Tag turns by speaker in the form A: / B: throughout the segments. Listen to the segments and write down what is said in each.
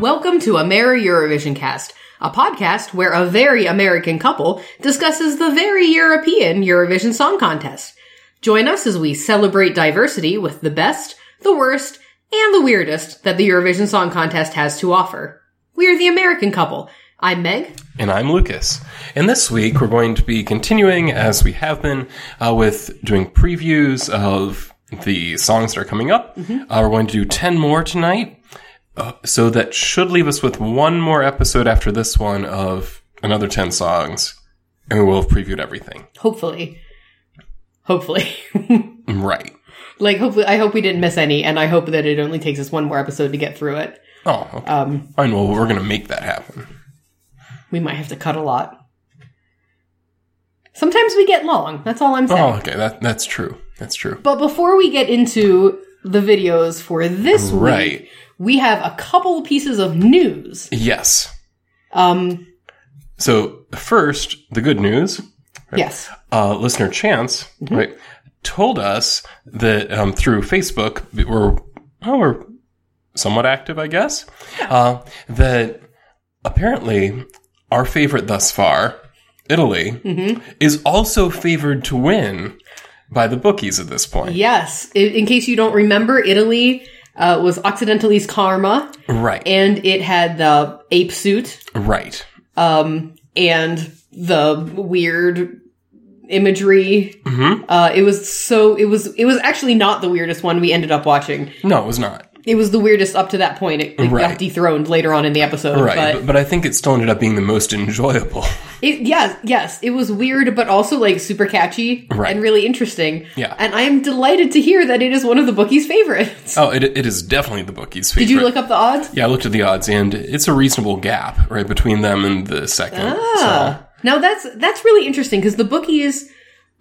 A: Welcome to a Merry Eurovision Cast, a podcast where a very American couple discusses the very European Eurovision Song Contest. Join us as we celebrate diversity with the best, the worst, and the weirdest that the Eurovision Song Contest has to offer. We're the American couple. I'm Meg.
B: And I'm Lucas. And this week we're going to be continuing as we have been uh, with doing previews of the songs that are coming up. Uh, we're going to do 10 more tonight. Uh, so that should leave us with one more episode after this one of another 10 songs. And we will have previewed everything.
A: Hopefully. Hopefully.
B: Right.
A: like, hopefully, I hope we didn't miss any, and I hope that it only takes us one more episode to get through it. Um,
B: Oh, okay. Fine. Well, we're going to make that happen.
A: We might have to cut a lot. Sometimes we get long. That's all I'm saying.
B: Oh, okay. That, that's true. That's true.
A: But before we get into the videos for this
B: Right.
A: week, we have a couple pieces of news.
B: Yes.
A: Um,
B: So, first, the good news.
A: yes,
B: uh, listener Chance,
A: Mm-hmm.
B: right, told us that um, through Facebook that we're oh, we're somewhat active, I guess. Uh, that apparently our favorite thus far, Italy,
A: Mm-hmm.
B: is also favored to win by the bookies at this point.
A: yes. In, in case you don't remember, Italy uh, was Occidentali's karma,
B: Right,
A: and it had the ape suit
B: right,
A: um, and the weird imagery.
B: Mhm.
A: Uh, it was so. It was. It was actually not the weirdest one we ended up watching.
B: no, it was not.
A: It was the weirdest up to that point. It, it
B: Right.
A: got dethroned later on in the episode.
B: Right,
A: but-
B: but, but I think it still ended up being the most enjoyable.
A: It, yes, yes, it was weird, but also like super catchy
B: Right.
A: and really interesting.
B: Yeah.
A: and I am delighted to hear that it is one of the bookie's favorites.
B: Oh, it, it is definitely the bookies' favorite.
A: Did you look up the odds?
B: Yeah, I looked at the odds, and it's a reasonable gap right between them and the second.
A: Ah, now that's that's really interesting because the bookies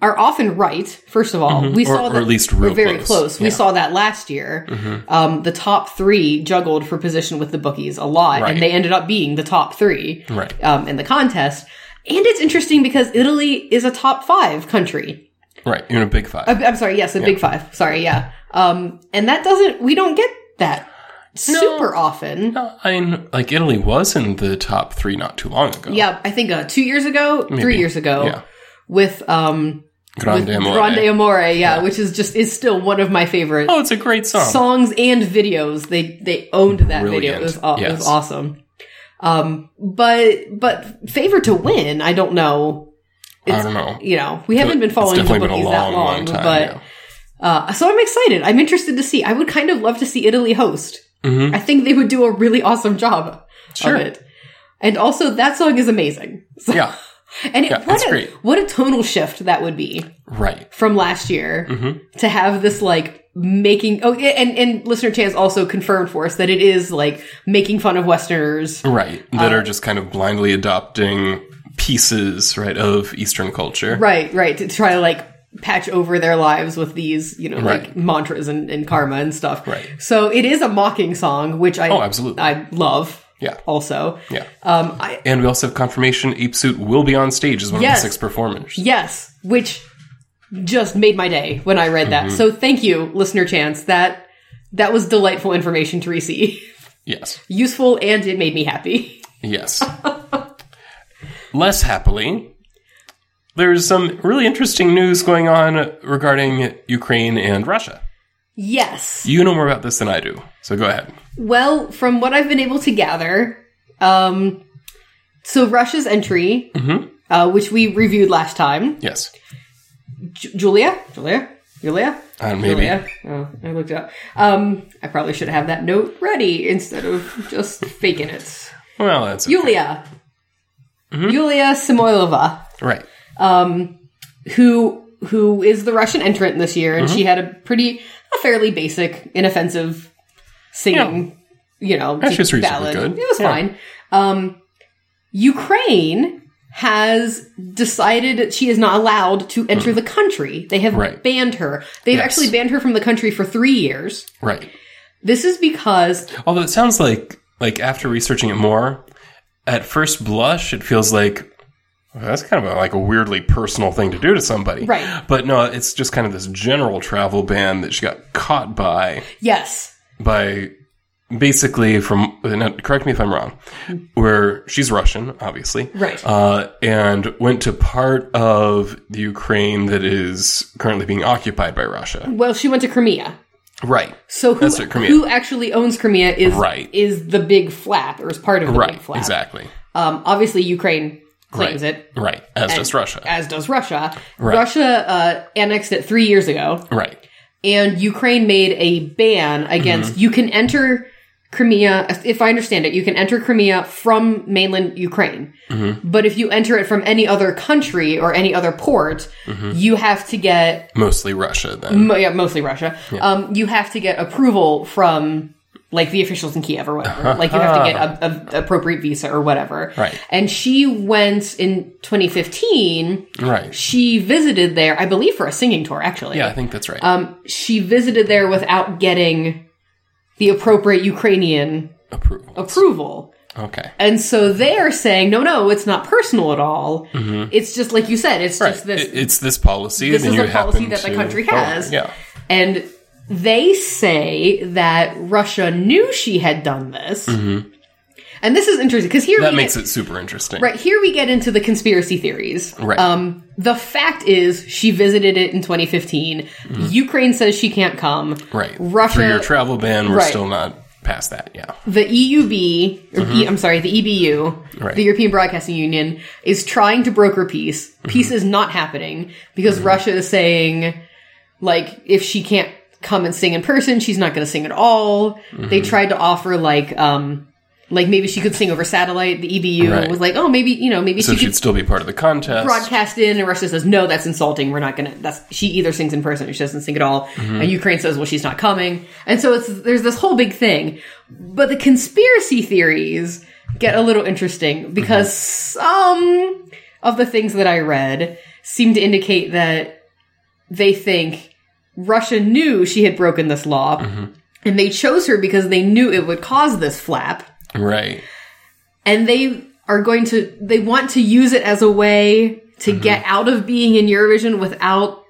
A: are often right. First of all, we
B: Mm-hmm. Or-
A: saw
B: or
A: that
B: at least
A: we're
B: real
A: very
B: close.
A: close. We
B: Yeah. Mm-hmm.
A: saw that last year. Um, the top three juggled for position with the bookies a lot,
B: Right.
A: and they ended up being the top three
B: So, right,
A: um, in the contest. And it's interesting because Italy is a top five country.
B: right. You're in a big five.
A: I'm, I'm sorry. Yes, the Big Five. Sorry. Yeah. Um, and that doesn't. We don't get that super often.
B: No, I mean, like Italy was in the top three not too long ago.
A: Yeah, I think uh, two years ago, three
B: Maybe.
A: years ago,
B: Yeah.
A: with um
B: Grande Amore.
A: Grande Amore. Yeah, which is just is still one of my favorite
B: oh, it's a great song.
A: songs and videos. They they owned that video. It
B: Brilliant.
A: was, aw- it was
B: Yes.
A: awesome. Um, but but favor to win. I don't know.
B: I don't know.
A: You know, we haven't been
B: It's
A: following the
B: definitely
A: bookies
B: been a
A: that
B: long,
A: long,
B: long time.
A: but.
B: yeah.
A: Uh, so I'm excited. I'm interested to see. I would kind of love to see Italy host.
B: Mhm.
A: I think they would do a really awesome job
B: Sure.
A: of it. And also, that song is amazing. So,
B: yeah,
A: and it,
B: yeah,
A: what,
B: it's
A: a,
B: great.
A: what a tonal shift that would be
B: right.
A: from last year
B: Mhm.
A: to have this like making. Oh, yeah, and, and listener Chance also confirmed for us that it is like making fun of Westerners.
B: Right.
A: Uh,
B: That are just kind of blindly adopting pieces, right, of Eastern culture.
A: Right, right. To try to like patch over their lives with these, you know, like
B: Right.
A: mantras and, and karma and stuff.
B: Right.
A: So it is a mocking song, which I
B: Oh, absolutely.
A: I love.
B: Yeah.
A: Also.
B: Yeah.
A: Um I
B: And we also have confirmation Ape Suit will be on stage as one
A: Yes.
B: of the six performers.
A: yes, which just made my day when I read that.
B: Mm-hmm.
A: So thank you, listener chance. That that was delightful information to receive.
B: Yes.
A: Useful and it made me happy.
B: Yes. Less happily, there's some really interesting news going on regarding Ukraine and Russia.
A: Yes.
B: You know more about this than I do, so go ahead.
A: Well, from what I've been able to gather, um, so Russia's entry,
B: Mm-hmm.
A: uh, which we reviewed last time,
B: Yes.
A: Ju- Julia, Julia, Julia,
B: Uh, maybe.
A: Julia. Oh, I looked it up. Um, I probably should have that note ready instead of just faking it.
B: Well, that's
A: Julia, Julia Samoylova,
B: right.
A: who who is the Russian entrant this year, and
B: Mm-hmm.
A: she had a pretty, a fairly basic, inoffensive singing. You know,
B: Yeah, she was reasonably
A: ballad.
B: good.
A: It was
B: Yeah.
A: fine. Um, Ukraine has decided that she is not allowed to enter the country. They have
B: Mm-hmm. Right.
A: banned her. They've
B: Yes.
A: actually banned her from the country for three years.
B: Right.
A: This is because
B: Although it sounds like, like after researching it more, at first blush, it feels like well, that's kind of a, like a weirdly personal thing to do to somebody.
A: Right.
B: But no, it's just kind of this general travel ban that she got caught by
A: yes,
B: by basically from now, correct me if i'm wrong where she's russian obviously
A: Right.
B: uh, and went to part of the ukraine that is currently being occupied by russia
A: Well, she went to Crimea.
B: right
A: So who,
B: That's right, Crimea.
A: who actually owns Crimea is
B: Right.
A: is the big flap or is part of the
B: right
A: big flap.
B: exactly
A: Um, obviously, Ukraine claims
B: Right.
A: it,
B: right as does russia
A: as does Russia.
B: Right.
A: Russia uh, annexed it three years ago,
B: right
A: and Ukraine made a ban against
B: Mm-hmm.
A: you can enter Crimea. If I understand it, you can enter Crimea from mainland Ukraine,
B: Mm-hmm.
A: but if you enter it from any other country or any other port,
B: Mm-hmm.
A: you have to get
B: mostly russia then
A: Mo- yeah, mostly Russia. Um, you have to get approval from like the officials in Kiev or whatever. like you have to get a, a appropriate visa or whatever.
B: Right.
A: And she went in 2015.
B: right
A: She visited there, I believe, for a singing tour. Actually,
B: yeah i think that's right
A: Um, she visited there without getting the appropriate Ukrainian
B: approval
A: approval.
B: okay
A: And so they're saying, no, no, it's not personal at all. It's just like you said, it's
B: Mm-hmm. right
A: just this
B: It- it's this policy
A: this
B: and
A: is
B: you
A: a policy
B: happen
A: that the
B: to
A: country
B: follow it.
A: has.
B: yeah
A: And they say that Russia knew she had done this. And this is interesting because here
B: Mm-hmm. that
A: we
B: makes
A: get,
B: it super interesting
A: right here we get into the conspiracy theories.
B: Right.
A: Um, the fact is, she visited it in 2015. Ukraine says she can't come.
B: Mm-hmm. right
A: Russia-
B: through your travel ban we're
A: Right.
B: still not past that yeah
A: The EUB, or E, I'm sorry, the EBU,
B: Mm-hmm. Right.
A: the European Broadcasting Union, is trying to broker peace.
B: Mm-hmm.
A: Peace is not happening because Russia is saying, like, if she can't come and sing in person, she's not going to sing at all.
B: Mm-hmm.
A: They tried to offer like, um, like maybe she could sing over satellite. The EBU
B: Right.
A: was like, oh, maybe you know, maybe
B: so
A: she
B: she'd
A: could
B: still be part of the contest
A: broadcast in, and Russia says, no, that's insulting. We're not going to. That's she either sings in person or she doesn't sing at all. And Ukraine says, well, she's not coming. And so it's there's this whole big thing, but the conspiracy theories get a little interesting because some of the things that I read seem to indicate that they think Russia knew she had broken this law. And they chose her because they knew it would cause this flap
B: right
A: and they are going to they want to use it as a way to
B: Mm-hmm.
A: get out of being in Eurovision without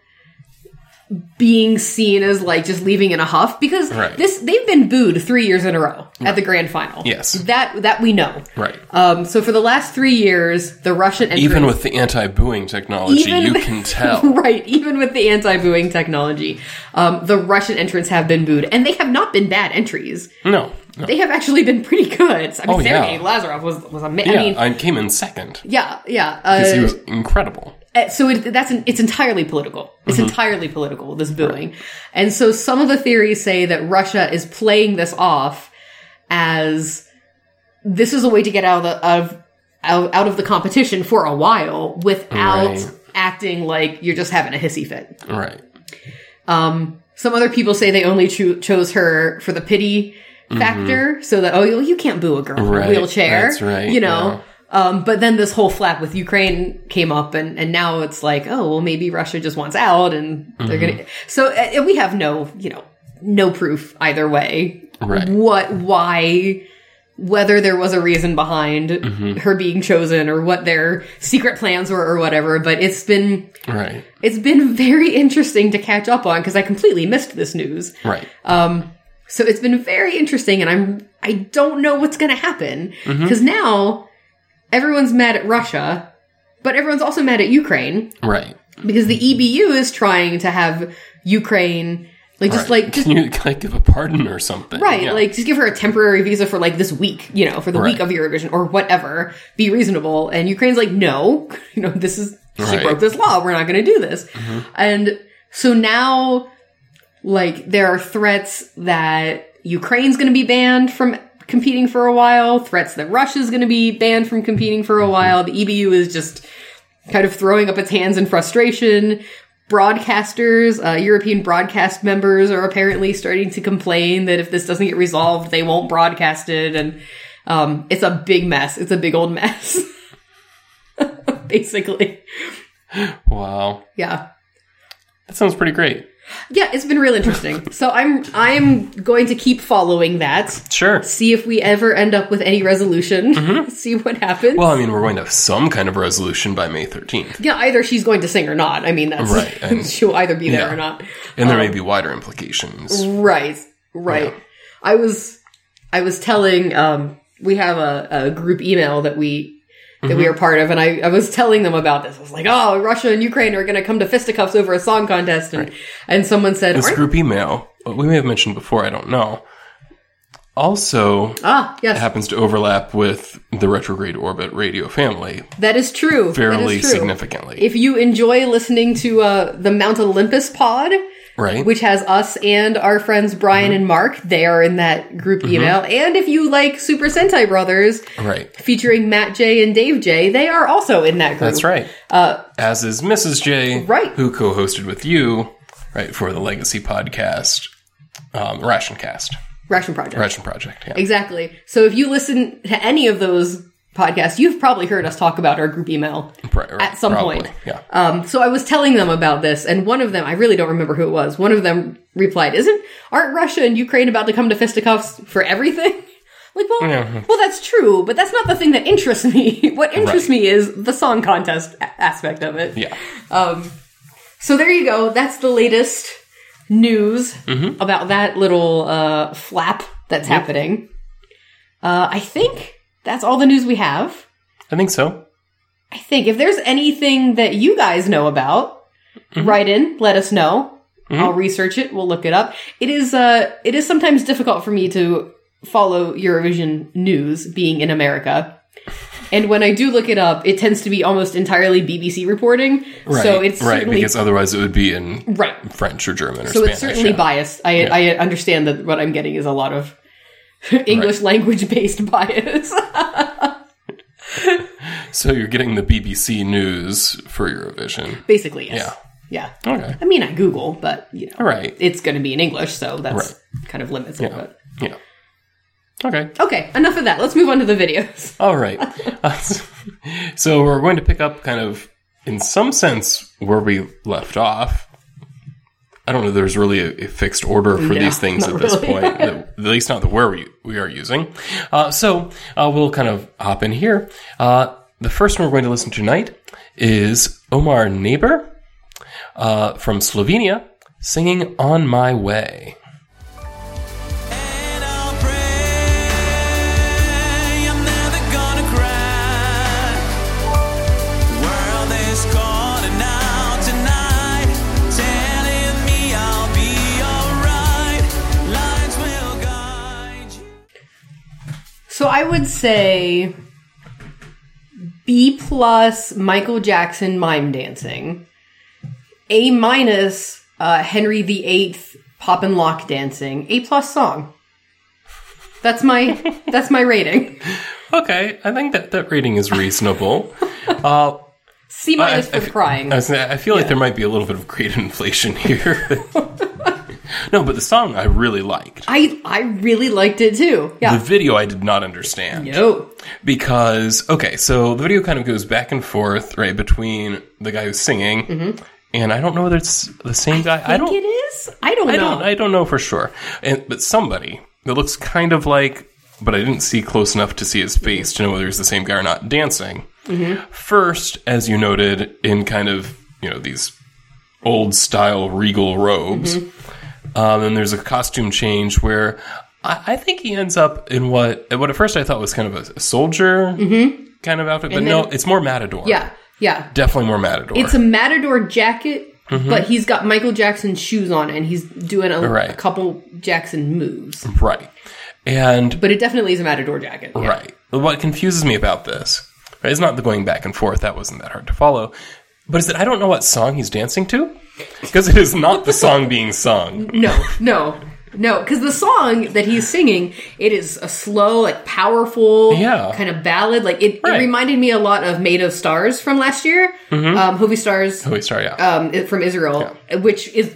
A: being seen as like just leaving in a huff because
B: Right.
A: this they've been booed 3 years in a row at the grand final.
B: Yes.
A: That that we know.
B: right
A: Um so for the last 3 years the Russian entrance
B: even with the anti-booing technology
A: Even
B: you
A: with-
B: can tell
A: right even with the anti-booing technology um the Russian entrants have been booed and they have not been bad entries.
B: no, no.
A: They have actually been pretty good. I mean
B: Oh, yeah.
A: Sergei Lazarov was was amazing.
B: yeah
A: I mean
B: I came in second
A: yeah, yeah. Uh,
B: because he was incredible
A: Uh, so it, that's an, it's entirely political. It's entirely political. This booing, and so some of the theories say that Russia is playing this off as this is a way to get out of the, of out, out of the competition for a while without
B: Right.
A: acting like you're just having a hissy fit.
B: right
A: Um, some other people say they only cho- chose her for the pity factor, so that oh you, you can't boo a girl in a
B: Mm-hmm. Right.
A: wheelchair,
B: That's right,
A: You know. Um, but then this whole flap with Ukraine came up, and, and now it's like, oh well, maybe Russia just wants out, and they're
B: Mm-hmm.
A: gonna. So uh, we have no, you know, no proof either way.
B: Right.
A: What? Why? Whether there was a reason behind
B: Mm-hmm.
A: her being chosen, or what their secret plans were, or whatever. But it's been
B: right
A: it's been very interesting to catch up on because I completely missed this news.
B: right
A: Uh, So it's been very interesting, and I'm I don't know what's going to happen because now everyone's mad at Russia, but everyone's also mad at Ukraine
B: right
A: because the EBU is trying to have Ukraine like just
B: right.
A: like just
B: can you like give a pardon or something
A: right
B: Yeah.
A: like just give her a temporary visa for like this week, you know, for the week
B: Right.
A: of Eurovision or whatever. Be reasonable, and Ukraine's like, no, you know, this is she
B: Right. Mm-hmm.
A: broke this law. We're not going to do this, and so now like there are threats that Ukraine's going to be banned from competing for a while, threats that Russia's going to be banned from competing for a
B: Mm-hmm.
A: while. The EBU is just kind of throwing up its hands in frustration. Broadcasters, uh, European broadcast members are apparently starting to complain that if this doesn't get resolved, they won't broadcast it. And um, it's a big mess. It's a big old mess. Basically.
B: wow
A: Yeah.
B: that sounds pretty great
A: Yeah, it's been real interesting. So I'm I'm going to keep following that.
B: sure
A: See if we ever end up with any resolution. See what happens.
B: Mm-hmm. well i mean we're going to have some kind of resolution by may 13th
A: yeah, either she's going to sing or not. I mean, that's
B: Right, and-
A: she'll either be there
B: Yeah.
A: or not.
B: and there may be wider implications
A: Right, right.
B: Yeah.
A: I was I was telling um we have a, a group email that we that we
B: Mm-hmm.
A: are part of, and I, I was telling them about this. I was like, "Oh, Russia and Ukraine are going to come to fisticuffs over a song contest," and and someone said,
B: This
A: "Aren't-
B: group email, we may have mentioned before, I don't know, also
A: "Ah, yes,
B: happens to overlap with the retrograde orbit radio family
A: that is true. That
B: fairly
A: is true.
B: significantly.
A: If you enjoy listening to uh, the Mount Olympus pod,
B: right?
A: which has us and our friends Brian
B: Mm-hmm.
A: and Mark, they are in that group email. And if you like Super Sentai Brothers,
B: right.
A: featuring Matt J and Dave J, they are also in that group.
B: That's right. As is Mrs. J,
A: Uh, Right.
B: who co hosted with you right, for the Legacy podcast, um, Ration Cast,
A: Ration Project.
B: Ration Project. Yeah.
A: Exactly. So if you listen to any of those podcasts, you've probably heard us talk about our group email.
B: Pro-
A: at some
B: probably,
A: point.
B: Yeah.
A: Um, so I was telling them about this, and one of them, I really don't remember who it was, one of them replied, Isn't, aren't Russia and Ukraine about to come to fisticuffs for everything? Like, well, well, that's true, but that's not the thing that interests me. what interests me is the song contest a- aspect of it.
B: yeah.
A: So there you go. That's the latest news
B: Mm-hmm.
A: about that little uh, flap that's happening. Uh, I think that's all the news we have.
B: I think so.
A: I think if there's anything that you guys know about,
B: Mm-hmm.
A: write in, let us know. I'll research it, we'll look it up. It is uh it is sometimes difficult for me to follow Eurovision news being in America. And when I do look it up, it tends to be almost entirely BBC reporting.
B: Right.
A: so it's
B: right,
A: certainly
B: because otherwise it would be in
A: right.
B: French or German or
A: So
B: Spanish.
A: it's certainly
B: yeah.
A: biased. I I understand that what I'm getting is a lot of English language based bias.
B: So you're getting the BBC news for Eurovision.
A: Basically, yes. Yeah. Yeah.
B: Okay.
A: I mean, I Google, but you know,
B: All right.
A: it's going to be in English, so that's kind of limits it. But
B: Yeah. Okay.
A: okay, enough of that. Let's move on to the videos.
B: All right. Uh, so we're going to pick up kind of, in some sense, where we left off. I don't know. There's really a, a fixed order for
A: No,
B: these things at
A: not
B: this
A: really.
B: point, at at least not the where we, we are using. Uh, so uh, we'll kind of hop in here. Uh, the first one we're going to listen to tonight is Omar Neighbor uh, from Slovenia singing On My Way.
C: And I'll pray I'm never gonna cry. World is calling out tonight, telling me I'll be alright. Lines will guide you.
A: So I would say B plus Michael Jackson mime dancing, A minus uh, Henry VIII pop and lock dancing, A plus song. That's my that's my rating.
B: Okay, I think that that rating is reasonable. uh,
A: C minus for crying.
B: I, was gonna- I feel like there might be a little bit of grade inflation here. no, but the song I really liked.
A: I I really liked it too.
B: The
A: Yeah.
B: video I did not understand
A: No.
B: because okay, so the video kind of goes back and forth right between the guy who's singing and I don't know whether it's the same guy. I,
A: Mm-hmm. I
B: don't.
A: think it is. I don't know.
B: I don't. I don't know for sure. And but somebody that looks kind of like, but I didn't see close enough to see his
A: Mm-hmm.
B: face to know whether he's the same guy or not dancing. First, as you noted, in kind of you know these old style regal robes.
A: Mm-hmm.
B: Um, and there's a costume change where I, I think he ends up in what what at first I thought was kind of a, soldier kind of outfit, but no,
A: Mm-hmm. then-
B: it's more matador.
A: yeah. Yeah.
B: definitely more matador.
A: It's a matador jacket,
B: Mm-hmm.
A: but he's got Michael Jackson shoes on, and he's doing a, a
B: Right.
A: couple Jackson moves.
B: right, and
A: But it definitely is a matador jacket. yeah.
B: Right. What confuses me about this right, is not the going back and forth. That wasn't that hard to follow. But is that I don't know what song he's dancing to because it is not the song being sung.
A: No, no, no. Because the song that he's singing, it is a slow, like powerful,
B: Yeah.
A: kind of ballad. Like it, it
B: Right. Mm-hmm.
A: reminded me a lot of "Made of Stars" from last year, um, Hovi Stars
B: Oh, wait, sorry. Yeah.
A: um, i- from Israel, which is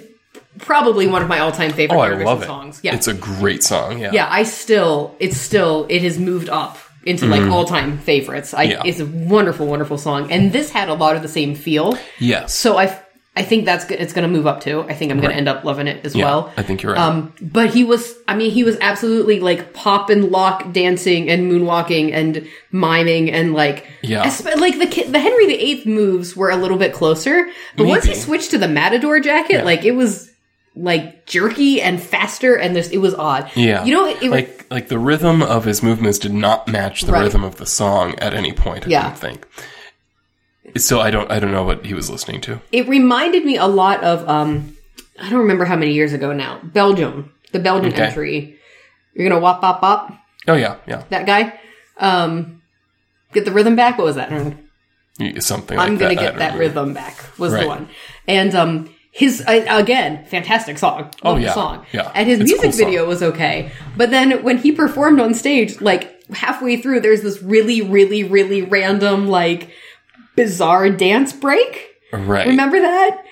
A: probably one of my all-time favorite
B: oh, I
A: Eurovision
B: love it.
A: songs. Yeah,
B: It's a great song. Yeah.
A: yeah i still it's still it has moved up into like all-time favorites i
B: Mm-hmm. Yeah.
A: it's a wonderful wonderful song and this had a lot of the same feel
B: Yes.
A: so i i think that's good it's gonna move up too i think i'm gonna end up loving it as
B: Yeah,
A: well
B: I think you're right.
A: um but he was i mean he was absolutely like pop and lock dancing and moonwalking and miming and like
B: Yeah.
A: esp- like the ki- the henry viii moves were a little bit closer but once he
B: Maybe.
A: switched to the matador jacket like it was like jerky and faster, and this it was odd.
B: Yeah.
A: you know, it, it
B: like like the rhythm of his movements did not match the
A: Right.
B: rhythm of the song at any point. I
A: Yeah.
B: don't think. So I don't I don't know what he was listening to.
A: it reminded me a lot of um I don't remember how many years ago now. Belgium. The Belgian
B: Okay.
A: entry. You're gonna wop wop wop
B: Oh yeah, yeah,
A: that guy. Um get the rhythm back. What was that?
B: Y- something.
A: I'm
B: like
A: gonna
B: that. I
A: get
B: don't
A: that
B: remember.
A: rhythm back was the
B: Right.
A: one. And um his I, again, fantastic song.
B: Oh,
A: Love the
B: yeah.
A: song.
B: Yeah.
A: And his
B: It's a
A: music
B: cool song.
A: video was okay. But then when he performed on stage, like halfway through, there's this really, really, really random, like bizarre dance break.
B: Right.
A: Remember that?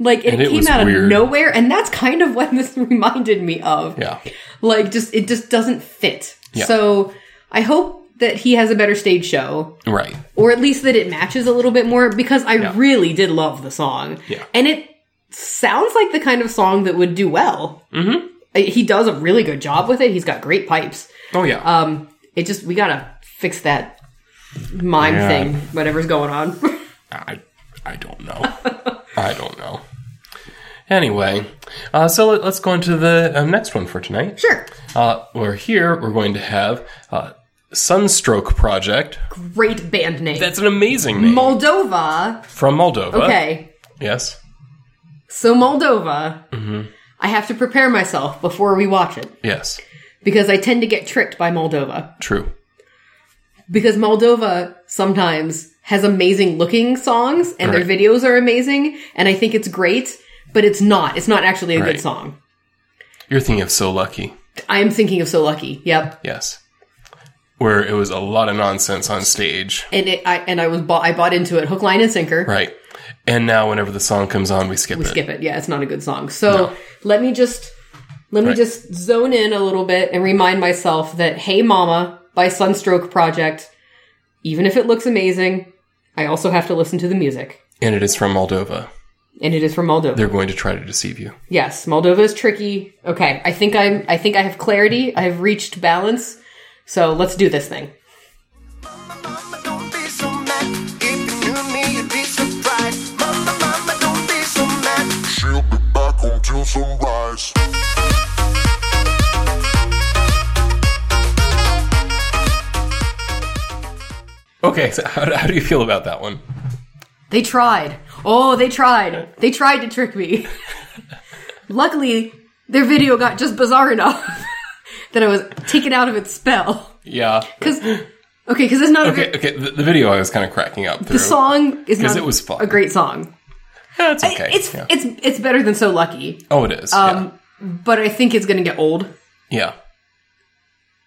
A: Like it,
B: And it
A: came
B: was
A: out of
B: weird.
A: nowhere, and that's kind of what this reminded me of.
B: Yeah.
A: Like just it just doesn't fit.
B: Yeah.
A: So I hope that he has a better stage show,
B: Right.
A: or at least that it matches a little bit more, because I
B: Yeah.
A: really did love the song.
B: Yeah.
A: And it sounds like the kind of song that would do well. Mm-hmm. He does a really good job with it. He's got great pipes.
B: Oh yeah.
A: Um, it just we gotta fix that mime
B: Yeah.
A: thing, whatever's going on.
B: I I don't know. I don't know. Anyway, uh, so let, us go into the um, next one for tonight.
A: sure.
B: Uh, we're here. We're going to have uh, Sunstroke Project.
A: Great band name.
B: That's an amazing name
A: Moldova.
B: from Moldova.
A: Okay.
B: Yes.
A: So Moldova.
B: Mm-hmm.
A: I have to prepare myself before we watch it
B: Yes.
A: because I tend to get tricked by Moldova
B: True.
A: because Moldova sometimes has amazing looking songs and their
B: Right.
A: videos are amazing and I think it's great, but it's not. It's not actually a good
B: Right.
A: song.
B: You're thinking of So Lucky.
A: I am thinking of So Lucky. Yep.
B: Yes. Where it was a lot of nonsense on stage.
A: And it I and I was bought I bought into it hook line and sinker.
B: Right. And now whenever the song comes on, we skip
A: We
B: it.
A: skip it. Yeah, it's not a good song. So
B: No.
A: let me just let me
B: Right.
A: just zone in a little bit and remind myself that Hey Mama by Sunstroke Project, even if it looks amazing, I also have to listen to the music.
B: And it is from Moldova.
A: And it is from Moldova.
B: They're going to try to deceive you.
A: yes, Moldova is tricky. Okay, I think I'm I think I have clarity. I have reached balance. So let's do this thing.
D: Mama, don't be so mad. If you knew me, you'd be surprised. Mama, mama, don't be so mad.
E: She'll be back until sunrise.
B: Okay, so how, how do you feel about that one?
A: They tried. Oh, they tried. They tried to trick me. Luckily, their video got just bizarre enough that I was taken out of its spell.
B: Yeah.
A: Because okay, because it's not a
B: Okay,
A: great,
B: okay the, the video I was kind of cracking up through.
A: the song is not
B: 'Cause it was fun.
A: a great song.
B: Yeah, it's okay.
A: It's
B: yeah.
A: it's it's better than So Lucky,
B: oh, it is.
A: um, but I think it's gonna get old.
B: yeah. yeah.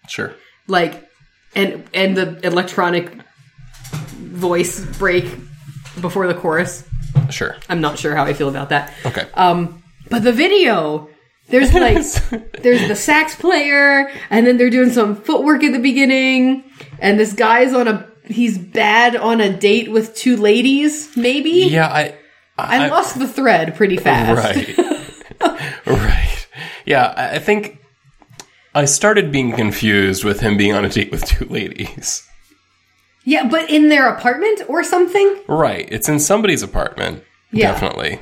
B: Sure.
A: Like, and and the electronic voice break before the chorus.
B: Sure.
A: I'm not sure how I feel about that.
B: Okay.
A: Um, but the video, there's like, there's the sax player, and then they're doing some footwork at the beginning, and this guy's on a, he's bad on a date with two ladies, maybe?
B: yeah, I.
A: I, lost the thread pretty fast.
B: Right. right. Yeah, I I think I started being confused with him being on a date with two ladies.
A: Yeah, but in their apartment or something?
B: Right. It's in somebody's apartment.
A: Yeah.
B: Definitely.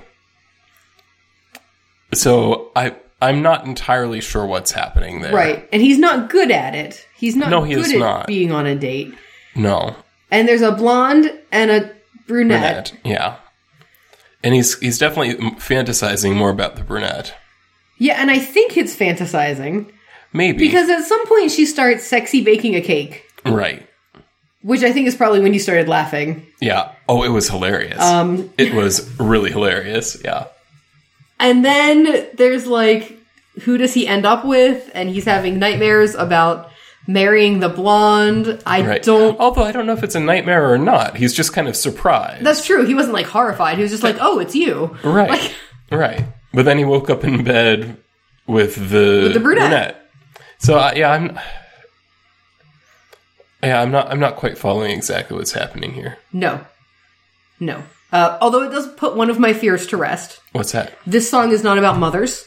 B: So I I'm not entirely sure what's happening there.
A: Right. And he's not good at it. He's not
B: No, he
A: good
B: is
A: at
B: not.
A: being on a date.
B: No.
A: And there's a blonde and a brunette.
B: Brunette. Yeah. And he's he's definitely m- fantasizing more about the brunette.
A: Yeah, and I think it's fantasizing.
B: Maybe.
A: Because at some point she starts sexy baking a cake.
B: right.
A: which I think is probably when you started laughing.
B: Yeah. Oh, it was hilarious.
A: Um,
B: it was really hilarious. Yeah.
A: And then there's like, who does he end up with? And he's having nightmares about marrying the blonde. I
B: Right.
A: don't.
B: Although I don't know if it's a nightmare or not. He's just kind of surprised.
A: That's true. He wasn't like horrified. He was just like, oh, it's you.
B: right.
A: Like,
B: right. But then he woke up in bed with the
A: the brunette.
B: So I yeah, I'm. Yeah, I'm not. I'm not quite following exactly what's happening here.
A: no. No. Uh, although it does put one of my fears to rest.
B: What's that?
A: This song is not about mothers.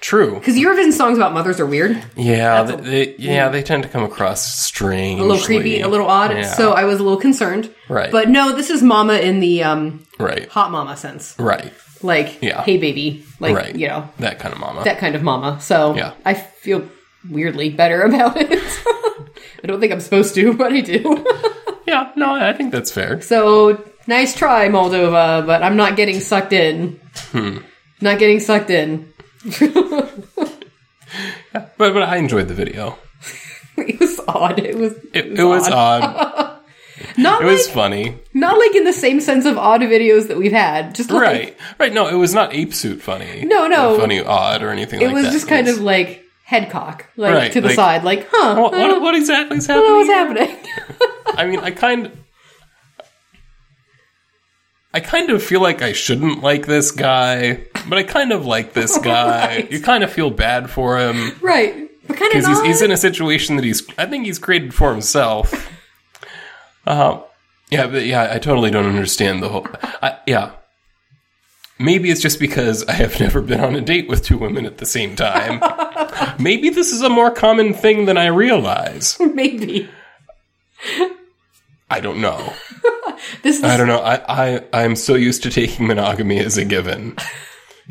B: True.
A: Because Eurovision songs about mothers are weird.
B: Yeah.
A: That's a-
B: They, they- yeah. They tend to come across strange.
A: A little creepy, a little odd. So I was a little concerned.
B: Right.
A: But no, this is mama in the um,
B: right.
A: hot mama sense.
B: Right.
A: like,
B: Yeah.
A: hey, baby, like,
B: right.
A: you know,
B: that kind of mama.
A: that kind of mama. So
B: Yeah.
A: I feel weirdly better about it. I don't think I'm supposed to, but I do.
B: yeah, no, I think that's fair.
A: so nice try, Moldova, but I'm not getting sucked in.
B: Hmm.
A: Not getting sucked in.
B: But but I enjoyed the video.
A: It was odd. It was
B: It, it was odd.
A: not
B: It was
A: like
B: funny.
A: not like in the same sense of odd videos that we've had. Just like,
B: Right, right. No, it was not ape suit funny.
A: No, no.
B: Or funny odd or anything
A: It
B: like that.
A: was just kind
B: was-
A: of like headcock, like
B: Right,
A: to the
B: like-
A: side, like huh?
B: What,
A: I don't-
B: what, what exactly is
A: I
B: happening?
A: don't know what's
B: here?
A: happening.
B: I mean, I kind I kind of feel like I shouldn't like this guy, but I kind of like this guy.
A: Right.
B: You kind of feel bad for him
A: right, but kind of
B: because he's,
A: not.
B: he's in a situation that he's I think he's created for himself. Uh, yeah, but yeah, I totally don't understand the whole. I, yeah, maybe it's just because I have never been on a date with two women at the same time. maybe this is a more common thing than I realize.
A: Maybe
B: I don't know.
A: this this,
B: I don't know. I, I I'm so used to taking monogamy as a given.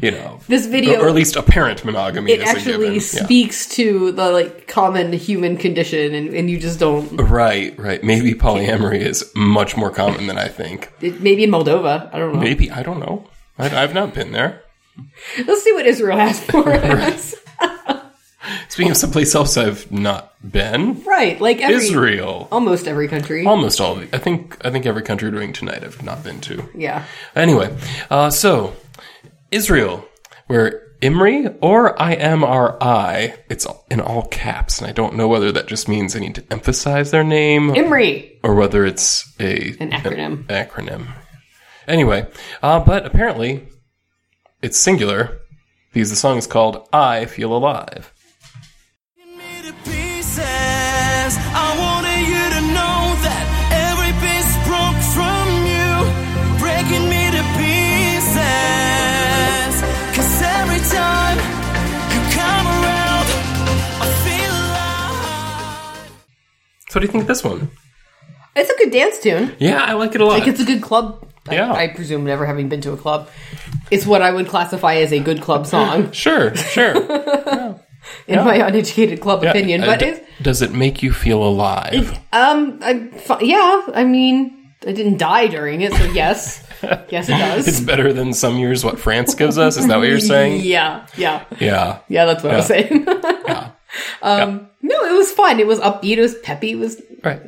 B: You know.
A: this
B: or,
A: video
B: or at least apparent monogamy
A: it
B: as a given.
A: actually
B: Yeah.
A: speaks to the like common human condition, and, and you just don't.
B: Right, right. Maybe polyamory is much more common than I think.
A: It, maybe in Moldova, I don't know.
B: Maybe I don't know. I, I've not been there.
A: Let's see what Israel has for us.
B: Speaking of someplace else I've not been,
A: Right, like every
B: Israel.
A: almost every country.
B: Almost all. Of the, I think. I think every country we're doing tonight I've not been to.
A: yeah,
B: Anyway, uh, so Israel, where Imri or IMRI, it's in all caps, and I don't know whether that just means I need to emphasize their name
A: Imri.
B: or whether it's a
A: An acronym.
B: an acronym. Anyway, uh, but apparently it's singular because the song is called "I Feel Alive."
C: me to pieces. I wanted you to know that every piece broke from you, breaking me to pieces. Cause every time you come around, I feel alive.
B: So, what do you think of this one?
A: It's a good dance tune.
B: Yeah, I like it a lot.
A: Like it's a good club. I-
B: Yeah.
A: I, presume never having been to a club, it's what I would classify as a good club song
B: sure, sure.
A: in
B: Yeah.
A: my uneducated club
B: Yeah,
A: opinion.
B: uh,
A: But
B: d-
A: it's,
B: does it make you feel alive?
A: um, I, fi- yeah, I mean, I didn't die during it, so yes, yes, it
B: It's
A: does.
B: better than some years what France gives us. Is that what you're saying?
A: Yeah, yeah,
B: Yeah.
A: yeah. That's what I was
B: Yeah.
A: saying. um, no, it was fun. It was upbeat. It was peppy. It was
B: Right.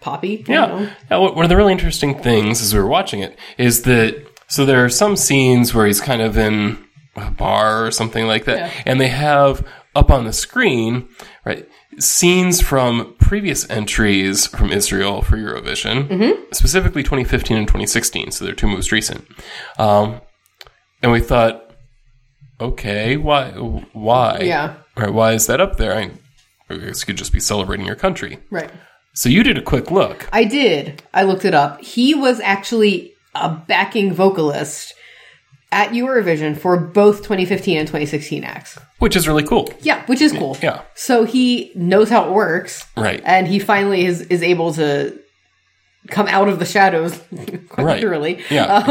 A: poppy. I don't know.
B: Yeah. Now, what- one of the really interesting things as we were watching it is that so there are some scenes where he's kind of in a bar or something like that,
A: Yeah.
B: and they have up on the screen right scenes from previous entries from Israel for Eurovision,
A: Mm-hmm.
B: specifically 2015 and 2016. So they're two most recent. Um, and we thought, okay, why, why,
A: Yeah.
B: right? Why is that up there? I, I guess it could just be celebrating your country.
A: Right.
B: So you did a quick look.
A: I did. I looked it up. He was actually a backing vocalist at Eurovision for both 2015 and 2016 acts.
B: which is really cool.
A: Yeah, which is cool.
B: Yeah.
A: So he knows how it works,
B: Right.
A: and he finally is is able to come out of the shadows, quite
B: Right.
A: literally. um,
B: Yeah,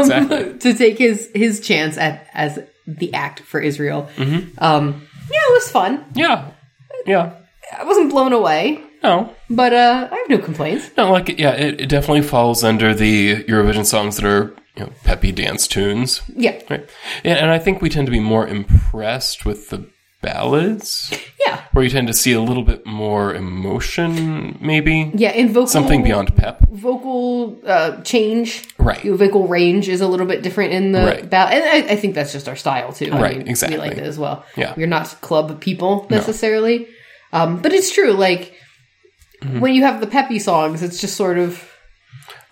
B: exactly.
A: To take his his chance at as the act for Israel.
B: Mm-hmm.
A: Um, yeah, it was fun.
B: yeah. Yeah.
A: I wasn't blown away,
B: No.
A: but uh, I have no complaints.
B: No, like it- yeah, it, it definitely falls under the Eurovision songs that are you know, peppy dance tunes.
A: Yeah,
B: Right. Yeah, and I think we tend to be more impressed with the ballads.
A: yeah,
B: Where you tend to see a little bit more emotion, maybe.
A: yeah. And vocal
B: Something beyond pep.
A: vocal uh, change,
B: Right.
A: Your vocal range is a little bit different in the
B: Right.
A: ball, and I, I think that's just our style too. I
B: Right,
A: mean,
B: exactly.
A: We like that as well.
B: Yeah.
A: we're not club people necessarily, um, but it's true. Like
B: Mm-hmm.
A: when you have the peppy songs, it's just sort of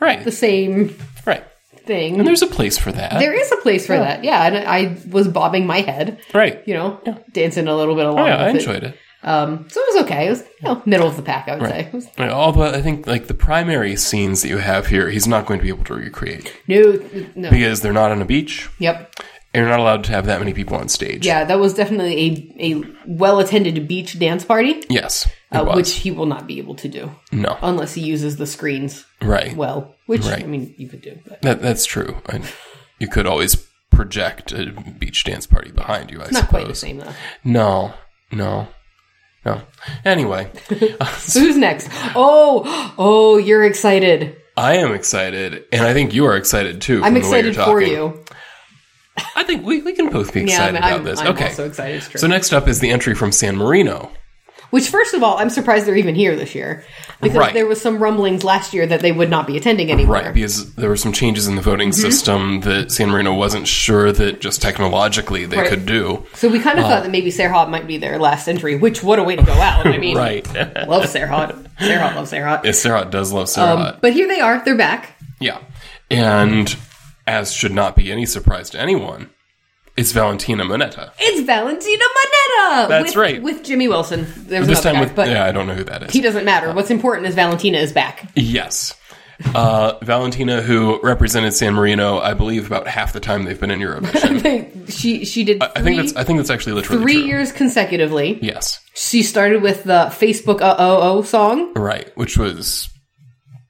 B: Right.
A: the same
B: Right.
A: thing.
B: And there's a place for that.
A: There is a place for that, yeah. And I was bobbing my head,
B: right.
A: you know, dancing a little bit along.
B: Oh, yeah, I
A: with
B: enjoyed it.
A: Um, so it was okay. It was you know, middle of the pack, I would say. It was-
B: Right, Although I think like the primary scenes that you have here, he's not going to be able to recreate
A: no, no.
B: because they're not on a beach.
A: Yep.
B: And you're not allowed to have that many people on stage.
A: Yeah, that was definitely a, a well attended beach dance party,
B: Yes. It
A: uh,
B: was.
A: which he will not be able to do
B: no.
A: unless he uses the screens
B: right.
A: well, which
B: Right.
A: I mean, you could do. But.
B: That that's true. I, you could always pr- project a beach dance party behind you. I
A: Not
B: suppose.
A: quite the same though.
B: No, no, no. Anyway,
A: So who's next? Oh, oh, you're excited.
B: I am excited, and I think you are excited too.
A: I'm
B: from the way
A: excited
B: you're
A: for
B: talking.
A: you.
B: I think we, we can both be excited
A: yeah, I'm,
B: about this.
A: I'm, I'm
B: okay.
A: also excited. it's true.
B: so next up is the entry from San Marino.
A: Which, first of all, I'm surprised they're even here this year because
B: Right.
A: there was some rumblings last year that they would not be attending anywhere.
B: Right, because there were some changes in the voting
A: Mm-hmm.
B: system that San Marino wasn't sure that just technologically they
A: Right.
B: could do.
A: So we kind of thought that maybe Serhat might be their last entry. Which, what a way to go out! I mean,
B: Right.
A: love Serhat. Serhat loves Serhat.
B: Sarah does love Sarah.
A: Um, But here they are. They're back.
B: yeah. And as should not be any surprise to anyone, it's Valentina Moneta.
A: It's Valentina Moneta.
B: That's
A: with,
B: right.
A: With Jimmy Wilson. There's
B: This
A: another
B: time
A: guy,
B: with
A: but
B: yeah, Uh, I don't know who that is.
A: he doesn't matter. What's important is Valentina is back.
B: Yes. Uh, Valentina, who represented San Marino, I believe about half the time they've been in Eurovision.
A: she she did three,
B: I think that's I think that's actually literally
A: three
B: true.
A: years consecutively.
B: Yes,
A: She started with the Facebook uh oh oh song.
B: right, which was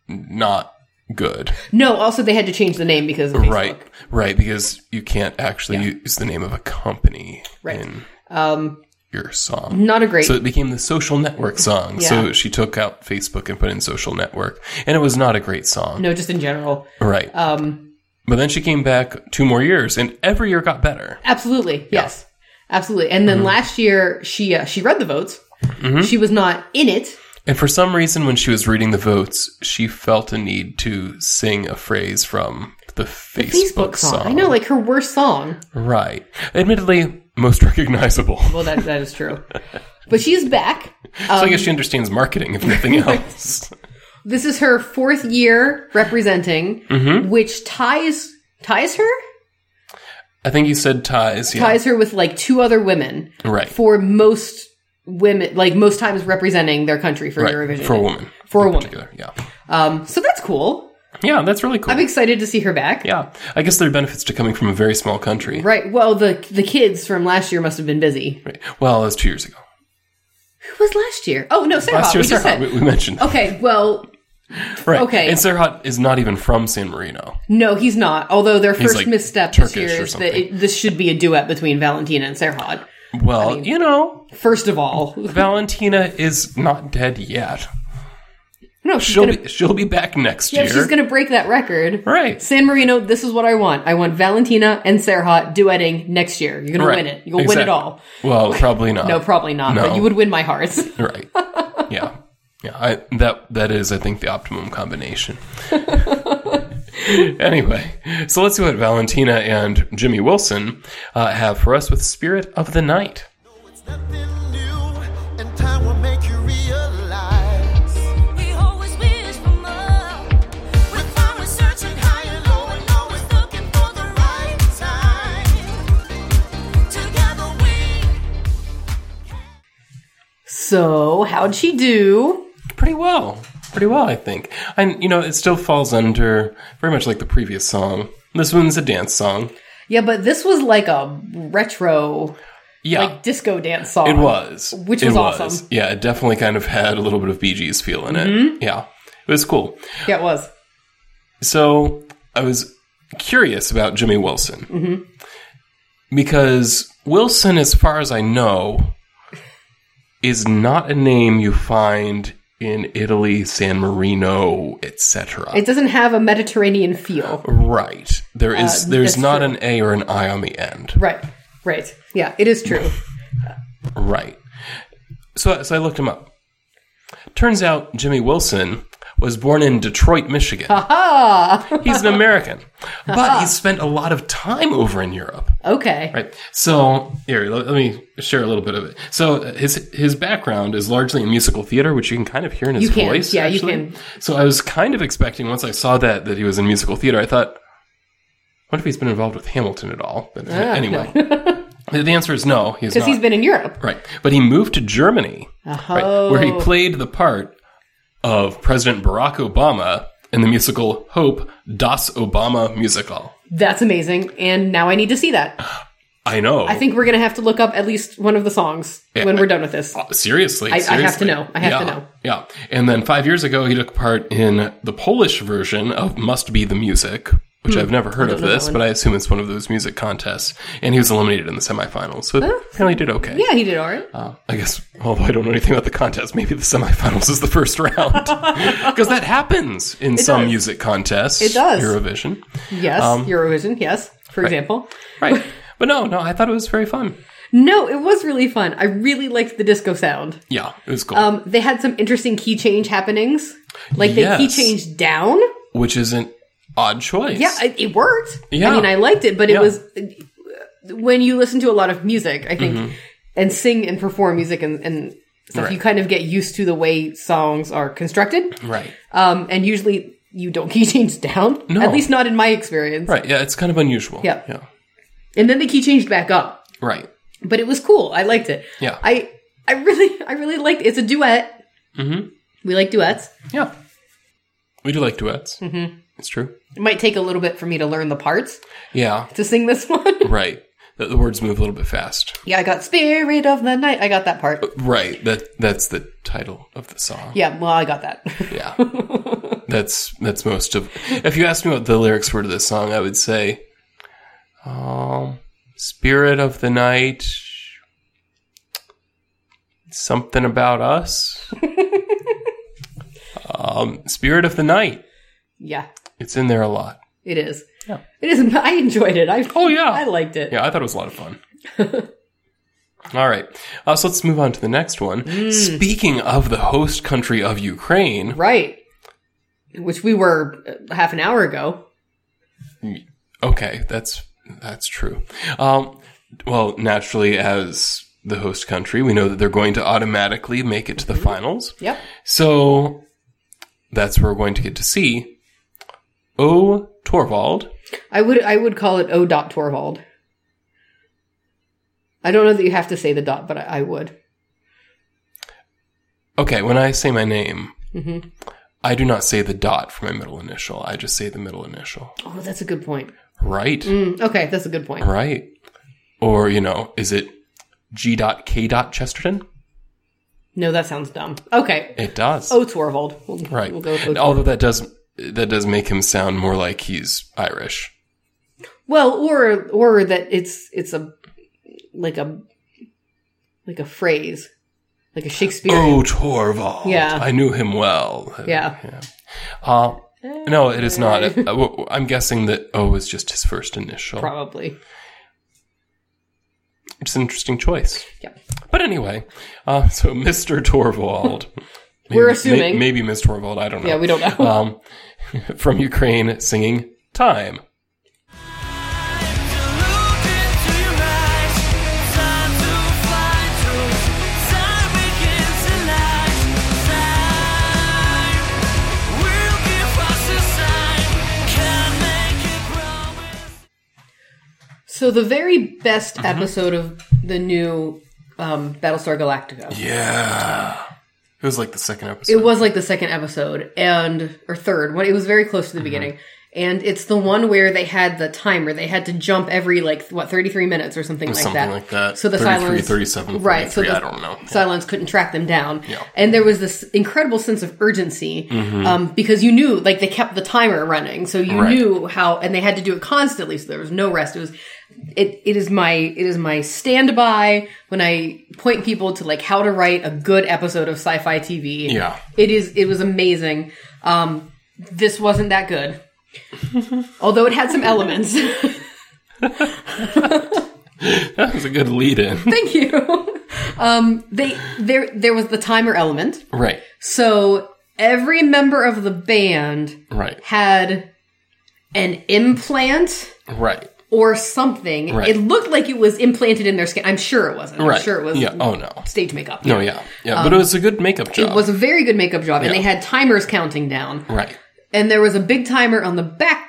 B: not good.
A: No, also they had to change the name because of Facebook.
B: Right, right, because you can't actually use the name of a company
A: Right. Um,
B: in your song.
A: Not a great.
B: So it became the social network song.
A: Yeah.
B: So she took out Facebook and put in social network, and it was not a great song.
A: no, just in general.
B: Right.
A: Um,
B: but then she came back two more years, and every year got better.
A: absolutely, yes, absolutely. And then
B: Mm-hmm.
A: last year she uh, she read the votes. She was not in it.
B: And for some reason, when she was reading the votes, she felt a need to sing a phrase from the Facebook,
A: Facebook song.
B: song.
A: I know, like her worst song.
B: Right. Admittedly, most recognizable.
A: Well, that that is true. but she is back.
B: so I guess she understands marketing, if nothing else.
A: This is her fourth year representing,
B: Mm-hmm.
A: which ties ties her
B: I think you said ties. Yeah.
A: ties her with like two other women
B: Right.
A: for most women, like most times representing their country for
B: right.
A: Eurovision
B: For a woman.
A: For a
B: in
A: woman.
B: particular, Yeah.
A: Um, so that's cool.
B: Yeah, that's really cool.
A: I'm excited to see her back.
B: yeah. I guess there are benefits to coming from a very small country.
A: Right. Well, the the kids from last year must have been busy.
B: Right. Well, that was two years ago.
A: Who was last year? Oh no, Sarah.
B: Last year,
A: we just
B: Sarah,
A: said.
B: we, we mentioned.
A: Okay. Well,
B: Right.
A: okay.
B: And Sarah is not even from San Marino.
A: no, he's not. Although their first
B: like
A: misstep this
B: Turkish
A: year
B: or
A: is that
B: something.
A: it, this should be a duet between Valentina and Serhat.
B: Well, you know,
A: First of all,
B: Valentina is not dead yet.
A: no, she's
B: She'll
A: gonna,
B: be she'll be back next
A: yeah,
B: year.
A: she's gonna break that record.
B: right.
A: San Marino, this is what I want. I want Valentina and Serhat duetting next year. You're gonna
B: right.
A: win it. You'll win it
B: Exactly.
A: all.
B: Well, probably not.
A: No, probably not.
B: no.
A: But you would win my hearts.
B: right. Yeah. Yeah. I, that that is, I think, the optimum combination. anyway, so let's see what Valentina and Jimmy Wilson uh, have for us with "Spirit of the Night."
D: It's nothing new, and time will make you realize.
F: We always wish for more.
D: We're always searching high and low, and always looking for the right time.
F: Together we
A: so how'd she do?
B: Pretty well. Pretty well, I think. And you know, it still falls under very much like the previous song. This one's a dance song.
A: Yeah, but this was like a retro
B: Yeah.
A: like disco dance song.
B: It was.
A: Which
B: It
A: was awesome. Mm-hmm.
B: Yeah, it definitely kind of had a little bit of Bee Gees feel in it. Yeah, it was cool.
A: Yeah, it was.
B: So I was curious about Jimmy Wilson
A: Mm-hmm.
B: because Wilson, as far as I know, is not a name you find in Italy, San Marino, etc.
A: It doesn't have a Mediterranean feel.
B: Right. There is
A: Uh,
B: there's
A: that's
B: not
A: true.
B: an A or an I on the end.
A: Right. Right. Yeah, it is true.
B: Right. So, so I looked him up. Turns out Jimmy Wilson was born in Detroit, Michigan. he's an American, but he's spent a lot of time over in Europe.
A: Okay.
B: Right. So here, let, let me share a little bit of it. So uh, his his background is largely in musical theater, which you can kind of hear in his
A: You can.
B: voice.
A: Yeah, you
B: actually.
A: can.
B: So I was kind of expecting once I saw that that he was in musical theater. I thought, what if he's been involved with Hamilton at all? But anyway, the answer is no. He's
A: Because
B: not.
A: Ah, he's been Oh. in Europe.
B: Right. But he moved to Germany, right, where he played the part of President Barack Obama in the musical Hope Das Obama Musical.
A: That's amazing. And now I need to see that.
B: I know.
A: I think we're going to have to look up at least one of the songs
B: Yeah,
A: when we're
B: I-
A: done with this.
B: Seriously,
A: I have to
B: seriously.
A: know. I have to
B: Yeah,
A: know.
B: Yeah. And then five years ago, he took part in the Polish version of Must Be the Music, which which I've never heard of
A: Hmm. know that
B: this,
A: one.
B: but I assume it's one of those music contests. And he was eliminated in the semifinals, so apparently did okay.
A: Oh. Yeah, he did alright.
B: Uh, I guess, although I don't know anything about the contest, maybe the semifinals is the first round because that happens in some
A: does.
B: music contests.
A: It does.
B: Eurovision,
A: Yes, Eurovision. Yes, for example.
B: Um, right? but no, no, I thought it was very fun.
A: No, it was really fun. I really liked the disco sound.
B: Yeah, it was cool.
A: Um, they had some interesting key change happenings, like they key
B: Yes.
A: changed down.
B: which is an odd choice.
A: Yeah, it, it worked. I
B: Yeah.
A: mean, I liked it, but it
B: Yeah.
A: was when you listen to a lot of music, I think, and sing and perform music and, and stuff,
B: Mm-hmm. Right.
A: you kind of get used to the way songs are constructed.
B: right.
A: Um, and usually you don't key change down,
B: No.
A: at least not in my experience.
B: Right. Yeah, it's kind of unusual.
A: Yeah.
B: Yeah.
A: And then the key changed back up,
B: Right.
A: but it was cool. I liked it.
B: Yeah.
A: I I really I really liked it. It's a duet. Mm-hmm. We like duets.
B: Yeah. We do like duets. Mm-hmm. It's true.
A: It might take a little bit for me to learn the parts
B: Yeah.
A: to sing this one.
B: Right. The, the words move a little bit fast.
A: yeah, I got "Spirit of the Night." I got that part.
B: Right. That that's the title of the song.
A: Yeah, well, I got that.
B: Yeah. that's that's most of. If you asked me what the lyrics were to this song, I would say, um, "Spirit of the night." Something about us. um, Spirit of the night.
A: yeah,
B: It's in there a lot.
A: it is.
B: Yeah.
A: It is. I enjoyed it. I
B: Oh, yeah.
A: I liked it.
B: Yeah, I thought it was a lot of fun. All right. Uh, so let's move on to the next one. Speaking of the host country of Ukraine,
A: Right. Which we were uh, half an hour ago.
B: okay, that's that's true. Um, well, naturally, as the host country, we know that they're going to automatically make it to the finals.
A: Yep.
B: So that's where we're going to get to see O Torvald.
A: I would I would call it O. Dot Torvald. I don't know that you have to say the dot, but I, I would.
B: Okay, when I say my name, I do not say the dot for my middle initial. I just say the middle initial.
A: Oh, that's a good point.
B: Right.
A: Mm, okay, that's a good point.
B: Right. Or, you know, is it G. dot K. dot Chesterton?
A: No, that sounds dumb. Okay.
B: It does.
A: O. Torvald. We'll,
B: right.
A: Oh, We'll go with O.
B: And although that does that does make him sound more like he's Irish.
A: Well, or or that it's it's a like a like a phrase, like a Shakespearean.
B: Oh, Torvald.
A: Yeah.
B: I knew him well.
A: Yeah.
B: Uh, no, it is not. Uh, w- I'm guessing that O is just his first initial.
A: probably.
B: It's an interesting choice.
A: Yeah.
B: But anyway, uh, so Mr. Torvald.
A: We're
B: Maybe-
A: assuming.
B: may- Maybe Miss Torvald. I don't know.
A: Yeah, we don't know.
B: um, from Ukraine singing Time.
C: Look into your eyes. Time to fly through. Time begins tonight. Time will give us a sign. Can't make it promise.
A: so the very best
B: uh-huh.
A: episode of the new um, Battlestar Galactica.
B: Yeah. It was like the second episode.
A: It was like the second episode and or third. When it was very close to the
B: Mm-hmm.
A: beginning. And it's the one where they had the timer. They had to jump every like what thirty three minutes or something like
B: something
A: that.
B: like that.
A: So the
B: 33,
A: silence,
B: 37,
A: right? So the
B: 43, I don't know.
A: Silence couldn't track them down.
B: Yeah. Mm-hmm.
A: And there was this incredible sense of urgency um, because you knew, like, they kept the timer running, so you
B: Right.
A: knew how, and they had to do it constantly, so there was no rest. It was, it, it is my, it is my standby when I point people to like how to write a good episode of sci-fi TV.
B: Yeah.
A: It is. It was amazing. Um, this wasn't that good, although it had some elements.
B: That was a good lead in.
A: Thank you. Um, they there there was the timer element.
B: right.
A: So every member of the band
B: Right.
A: had an implant
B: Right.
A: or something.
B: Right.
A: It looked like it was implanted in their skin. I'm sure it wasn't. I'm
B: Right.
A: sure it was
B: Yeah. Oh, no.
A: stage makeup.
B: No, yeah. Yeah. but it was a good makeup job.
A: It was a very good makeup job, and
B: Yeah.
A: they had timers counting down.
B: right.
A: And there was a big timer on the background.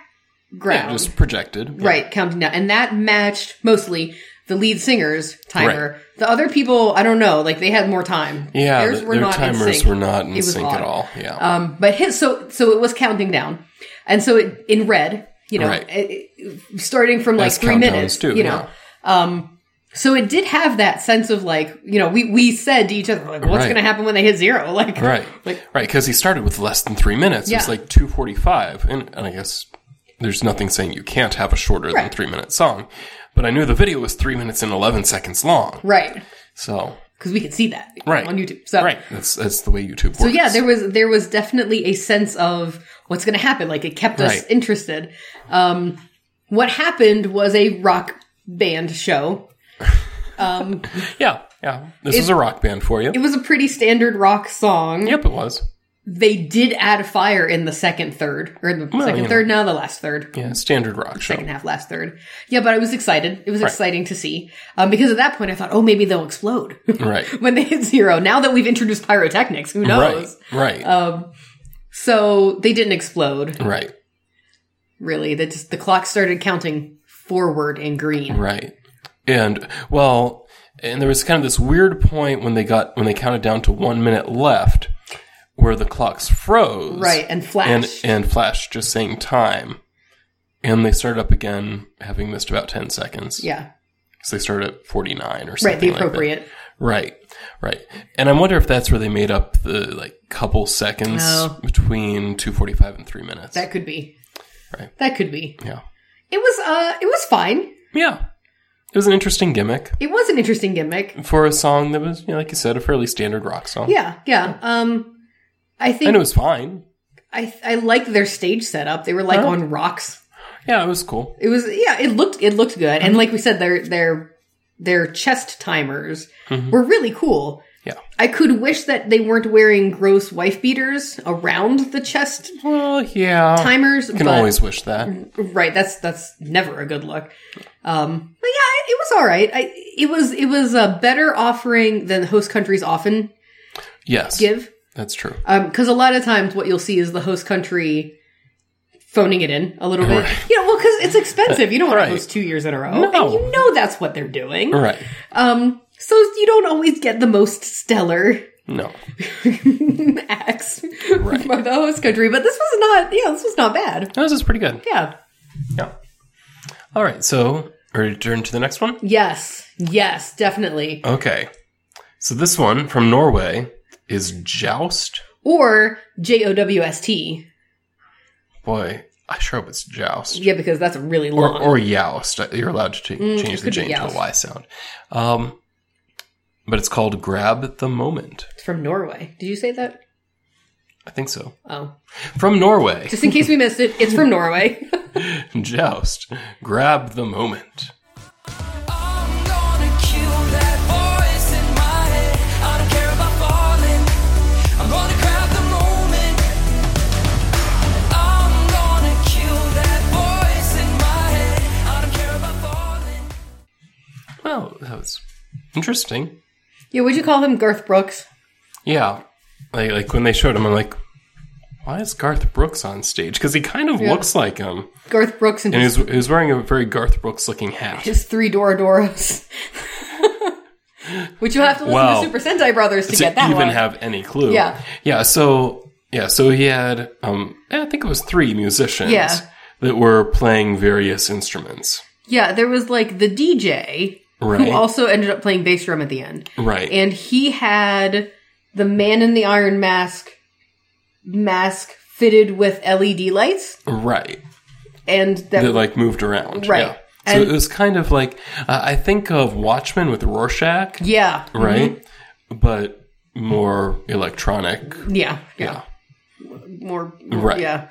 B: Yeah, just projected. Yeah.
A: Right, counting down. And that matched mostly the lead singer's timer. The other people, I don't know, like they had more time.
B: Yeah.
A: Theirs
B: th-
A: were
B: their
A: not in
B: timers
A: sync.
B: were not
A: It
B: in
A: was
B: sync
A: odd.
B: at all. Yeah.
A: Um, but his so so it was counting down, and so it in red, you know,
B: Right.
A: it- it- starting from like
B: As
A: three
B: countdowns
A: minutes,
B: do,
A: you know. Um, so it did have that sense of like, you know, we we said to each other like, what's
B: Right.
A: going to happen when they hit zero? Like,
B: right.
A: like
B: right. Because he started with less than three minutes. It
A: Yeah.
B: was like 245. And, and I guess there's nothing saying you can't have a shorter than
A: Right.
B: three minute song. But I knew the video was three minutes and 11 seconds long.
A: Right.
B: So,
A: Because we can see that
B: right.
A: on YouTube. So
B: right. That's, that's the way YouTube works.
A: So yeah, there was there was definitely a sense of what's going to happen. Like it kept us
B: Right.
A: interested. Um, what happened was a rock band show. Um,
B: yeah. Yeah. This is a rock band for you.
A: it was a pretty standard rock song.
B: yep, it was.
A: They did add fire in the second third or in the
B: Well,
A: second
B: you
A: third, no, the last third.
B: Yeah. Standard rock show.
A: Second half, last third. Yeah, but I was excited. It was exciting to see um, because at that point I thought, oh, maybe they'll explode
B: Right.
A: when they hit zero. Now that we've introduced pyrotechnics, who
B: Right.
A: knows? Um,
B: Right.
A: So they didn't explode.
B: right.
A: really that just the clock started counting forward in green
B: Right. And well, and there was kind of this weird point when they got when they counted down to one minute left, where the clocks froze.
A: Right, and flashed.
B: and and flashed just saying time, and they started up again, having missed about ten seconds.
A: yeah
B: so they started at forty nine or
A: right
B: something.
A: the
B: like that.
A: appropriate
B: Right, right. And I wonder if that's where they made up the like couple seconds
A: No.
B: between two forty five and three minutes.
A: Oh. that could be
B: Right.
A: that could be
B: yeah,
A: it was uh it was fine
B: yeah. It was an interesting gimmick
A: it was an interesting gimmick
B: for a song that was, you know, like you said, a fairly standard rock song.
A: yeah yeah um i think
B: and it was fine.
A: i i liked their stage setup they were
B: Oh.
A: like on rocks
B: Yeah, it was cool.
A: it was yeah it looked it looked good
B: Mm-hmm.
A: and like we said their their their chest timers
B: Mm-hmm.
A: were really cool
B: Yeah.
A: I could wish that they weren't wearing gross wife beaters around the chest
B: Well, yeah.
A: timers.
B: you can
A: but- Mm.
B: always wish that.
A: Right. That's that's never a good look. Um, but yeah, it was all right. I, it was it was a better offering than host countries often
B: Yes.
A: give.
B: That's true.
A: Because a lot of times, what you'll see is the host country phoning it in a little bit.
B: Right.
A: You know, well, because it's expensive. You don't want
B: Right.
A: to host two years in a row,
B: No.
A: and you know that's what they're doing.
B: Right.
A: Um, so you don't always get the most stellar
B: No.
A: acts from the host country. But this was not. Yeah, this was not bad.
B: No, This is pretty good.
A: Yeah.
B: Yeah. All right. So, ready to turn to the next one?
A: Yes. Yes. Definitely.
B: Okay. So, this one from Norway is Joust.
A: or J O W S T.
B: Boy, I sure hope it's Joust.
A: Yeah, because that's a really
B: Or,
A: long.
B: or Youst. You're allowed to ta- change the
A: could be
B: J to a
A: Youst.
B: Y sound. Um, but it's called Grab the Moment.
A: it's from Norway. Did you say that?
B: I think so.
A: Oh,
B: From Norway.
A: just in case we missed it, it's from Norway.
B: Joust. Grab the Moment.
C: I'm gonna kill that voice in my head. I don't care about falling. I'm gonna grab the moment. I'm gonna kill that voice in my head. I don't care about falling.
B: Well, that was interesting.
A: yeah, would you call him Garth Brooks?
B: Yeah, like, like when they showed him, I'm like, why is Garth Brooks on stage? Because he kind of looks like him,
A: Garth Brooks and
B: and he
A: his,
B: was, he was wearing a very Garth Brooks looking hat.
A: his three Dorodoros. Which you'll have to listen
B: Wow.
A: to Super Sentai Brothers to,
B: to
A: get that
B: even
A: one.
B: have any clue.
A: Yeah.
B: yeah. So yeah, so he had, um, I think it was three musicians
A: Yeah.
B: that were playing various instruments.
A: yeah, there was like the DJ
B: Right.
A: who also ended up playing bass drum at the end.
B: Right.
A: and he had the man in the iron mask mask fitted with LED lights,
B: right.
A: and that,
B: that like moved around.
A: Right.
B: Yeah. So
A: And-
B: it was kind of like uh, I think of Watchmen with Rorschach.
A: yeah, Mm-hmm.
B: right? But more electronic,
A: yeah,
B: yeah,
A: yeah, more,
B: Right.
A: yeah.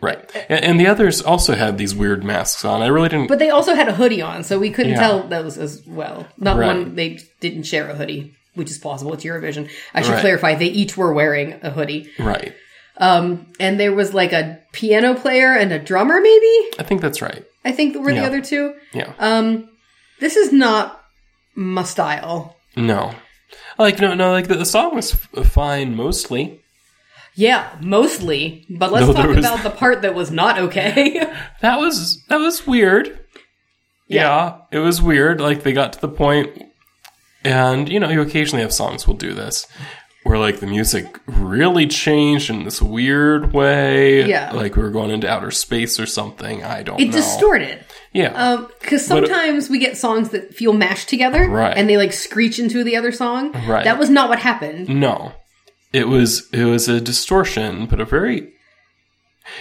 B: right. And, and the others also had these weird masks on. I really didn't.
A: But they also had a hoodie on, so we couldn't
B: Yeah.
A: tell those as well. Not
B: Right.
A: one they didn't share a hoodie, which is possible. It's Eurovision. I should
B: Right.
A: clarify. They each were wearing a hoodie,
B: right,
A: and there was like a piano player and a drummer. Maybe
B: I think that's right.
A: I think were the
B: Yeah.
A: other two.
B: Yeah,
A: This is not my style.
B: no, like no, no, like the, the song was f- fine mostly.
A: Yeah, mostly. But let's
B: No, there
A: talk
B: was-
A: about the part that was not okay.
B: That was that was weird. Yeah. it was weird. Like they got to the point, and you know, you occasionally have songs will do this. Where like the music really changed in this weird way,
A: Yeah.
B: Like we were going into outer space or something. I don't.
A: it
B: know.
A: distorted.
B: Yeah.
A: Um, Because sometimes we get songs that feel mashed together
B: Right.
A: and they like screech into the other song.
B: Right.
A: That was not what happened.
B: No, it was it was a distortion, but a very.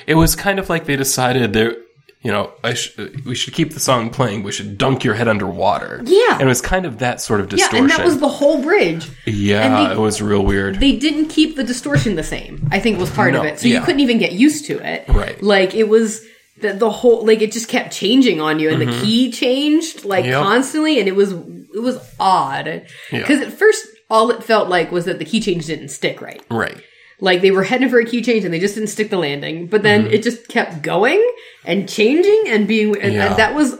B: It was kind of like they decided there you know, I sh- we should keep the song playing. We should dunk your head underwater.
A: Yeah.
B: and it was kind of that sort of
A: Yeah,
B: distortion.
A: and that was the whole bridge.
B: Yeah,
A: and they-
B: it was real weird.
A: They didn't keep the distortion the same. I think was part of
B: No,
A: it. So
B: yeah.
A: you couldn't even get used to it.
B: Right.
A: Like it was the, the whole like it just kept changing on you, and the key changed like
B: Mm-hmm. Yep.
A: constantly, and it was it was odd
B: Yeah.
A: because at first all it felt like was that the key change didn't stick right.
B: right.
A: Like they were heading for a key change and they just didn't stick the landing. But then
B: Mm-hmm.
A: it just kept going and changing and being and,
B: Yeah.
A: and that was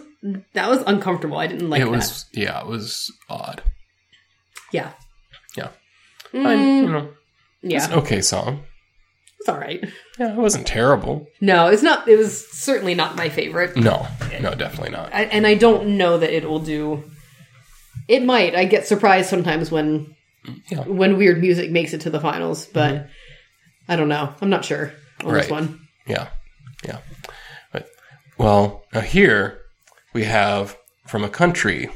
A: that was uncomfortable. I didn't like
B: It
A: that.
B: was yeah, it was odd.
A: yeah.
B: Yeah. I, you know,
A: Mm, Yeah.
B: it's an okay song.
A: it's all right.
B: Yeah, it wasn't terrible.
A: No, it's not it was certainly not my favorite.
B: No, no, definitely not.
A: I, and I don't know that it will do it might. I get surprised sometimes when
B: Yeah. Mm-hmm.
A: when weird music makes it to the finals, but I don't know. I'm not sure on
B: Right.
A: this one.
B: Yeah, yeah. But, well, now here we have from a country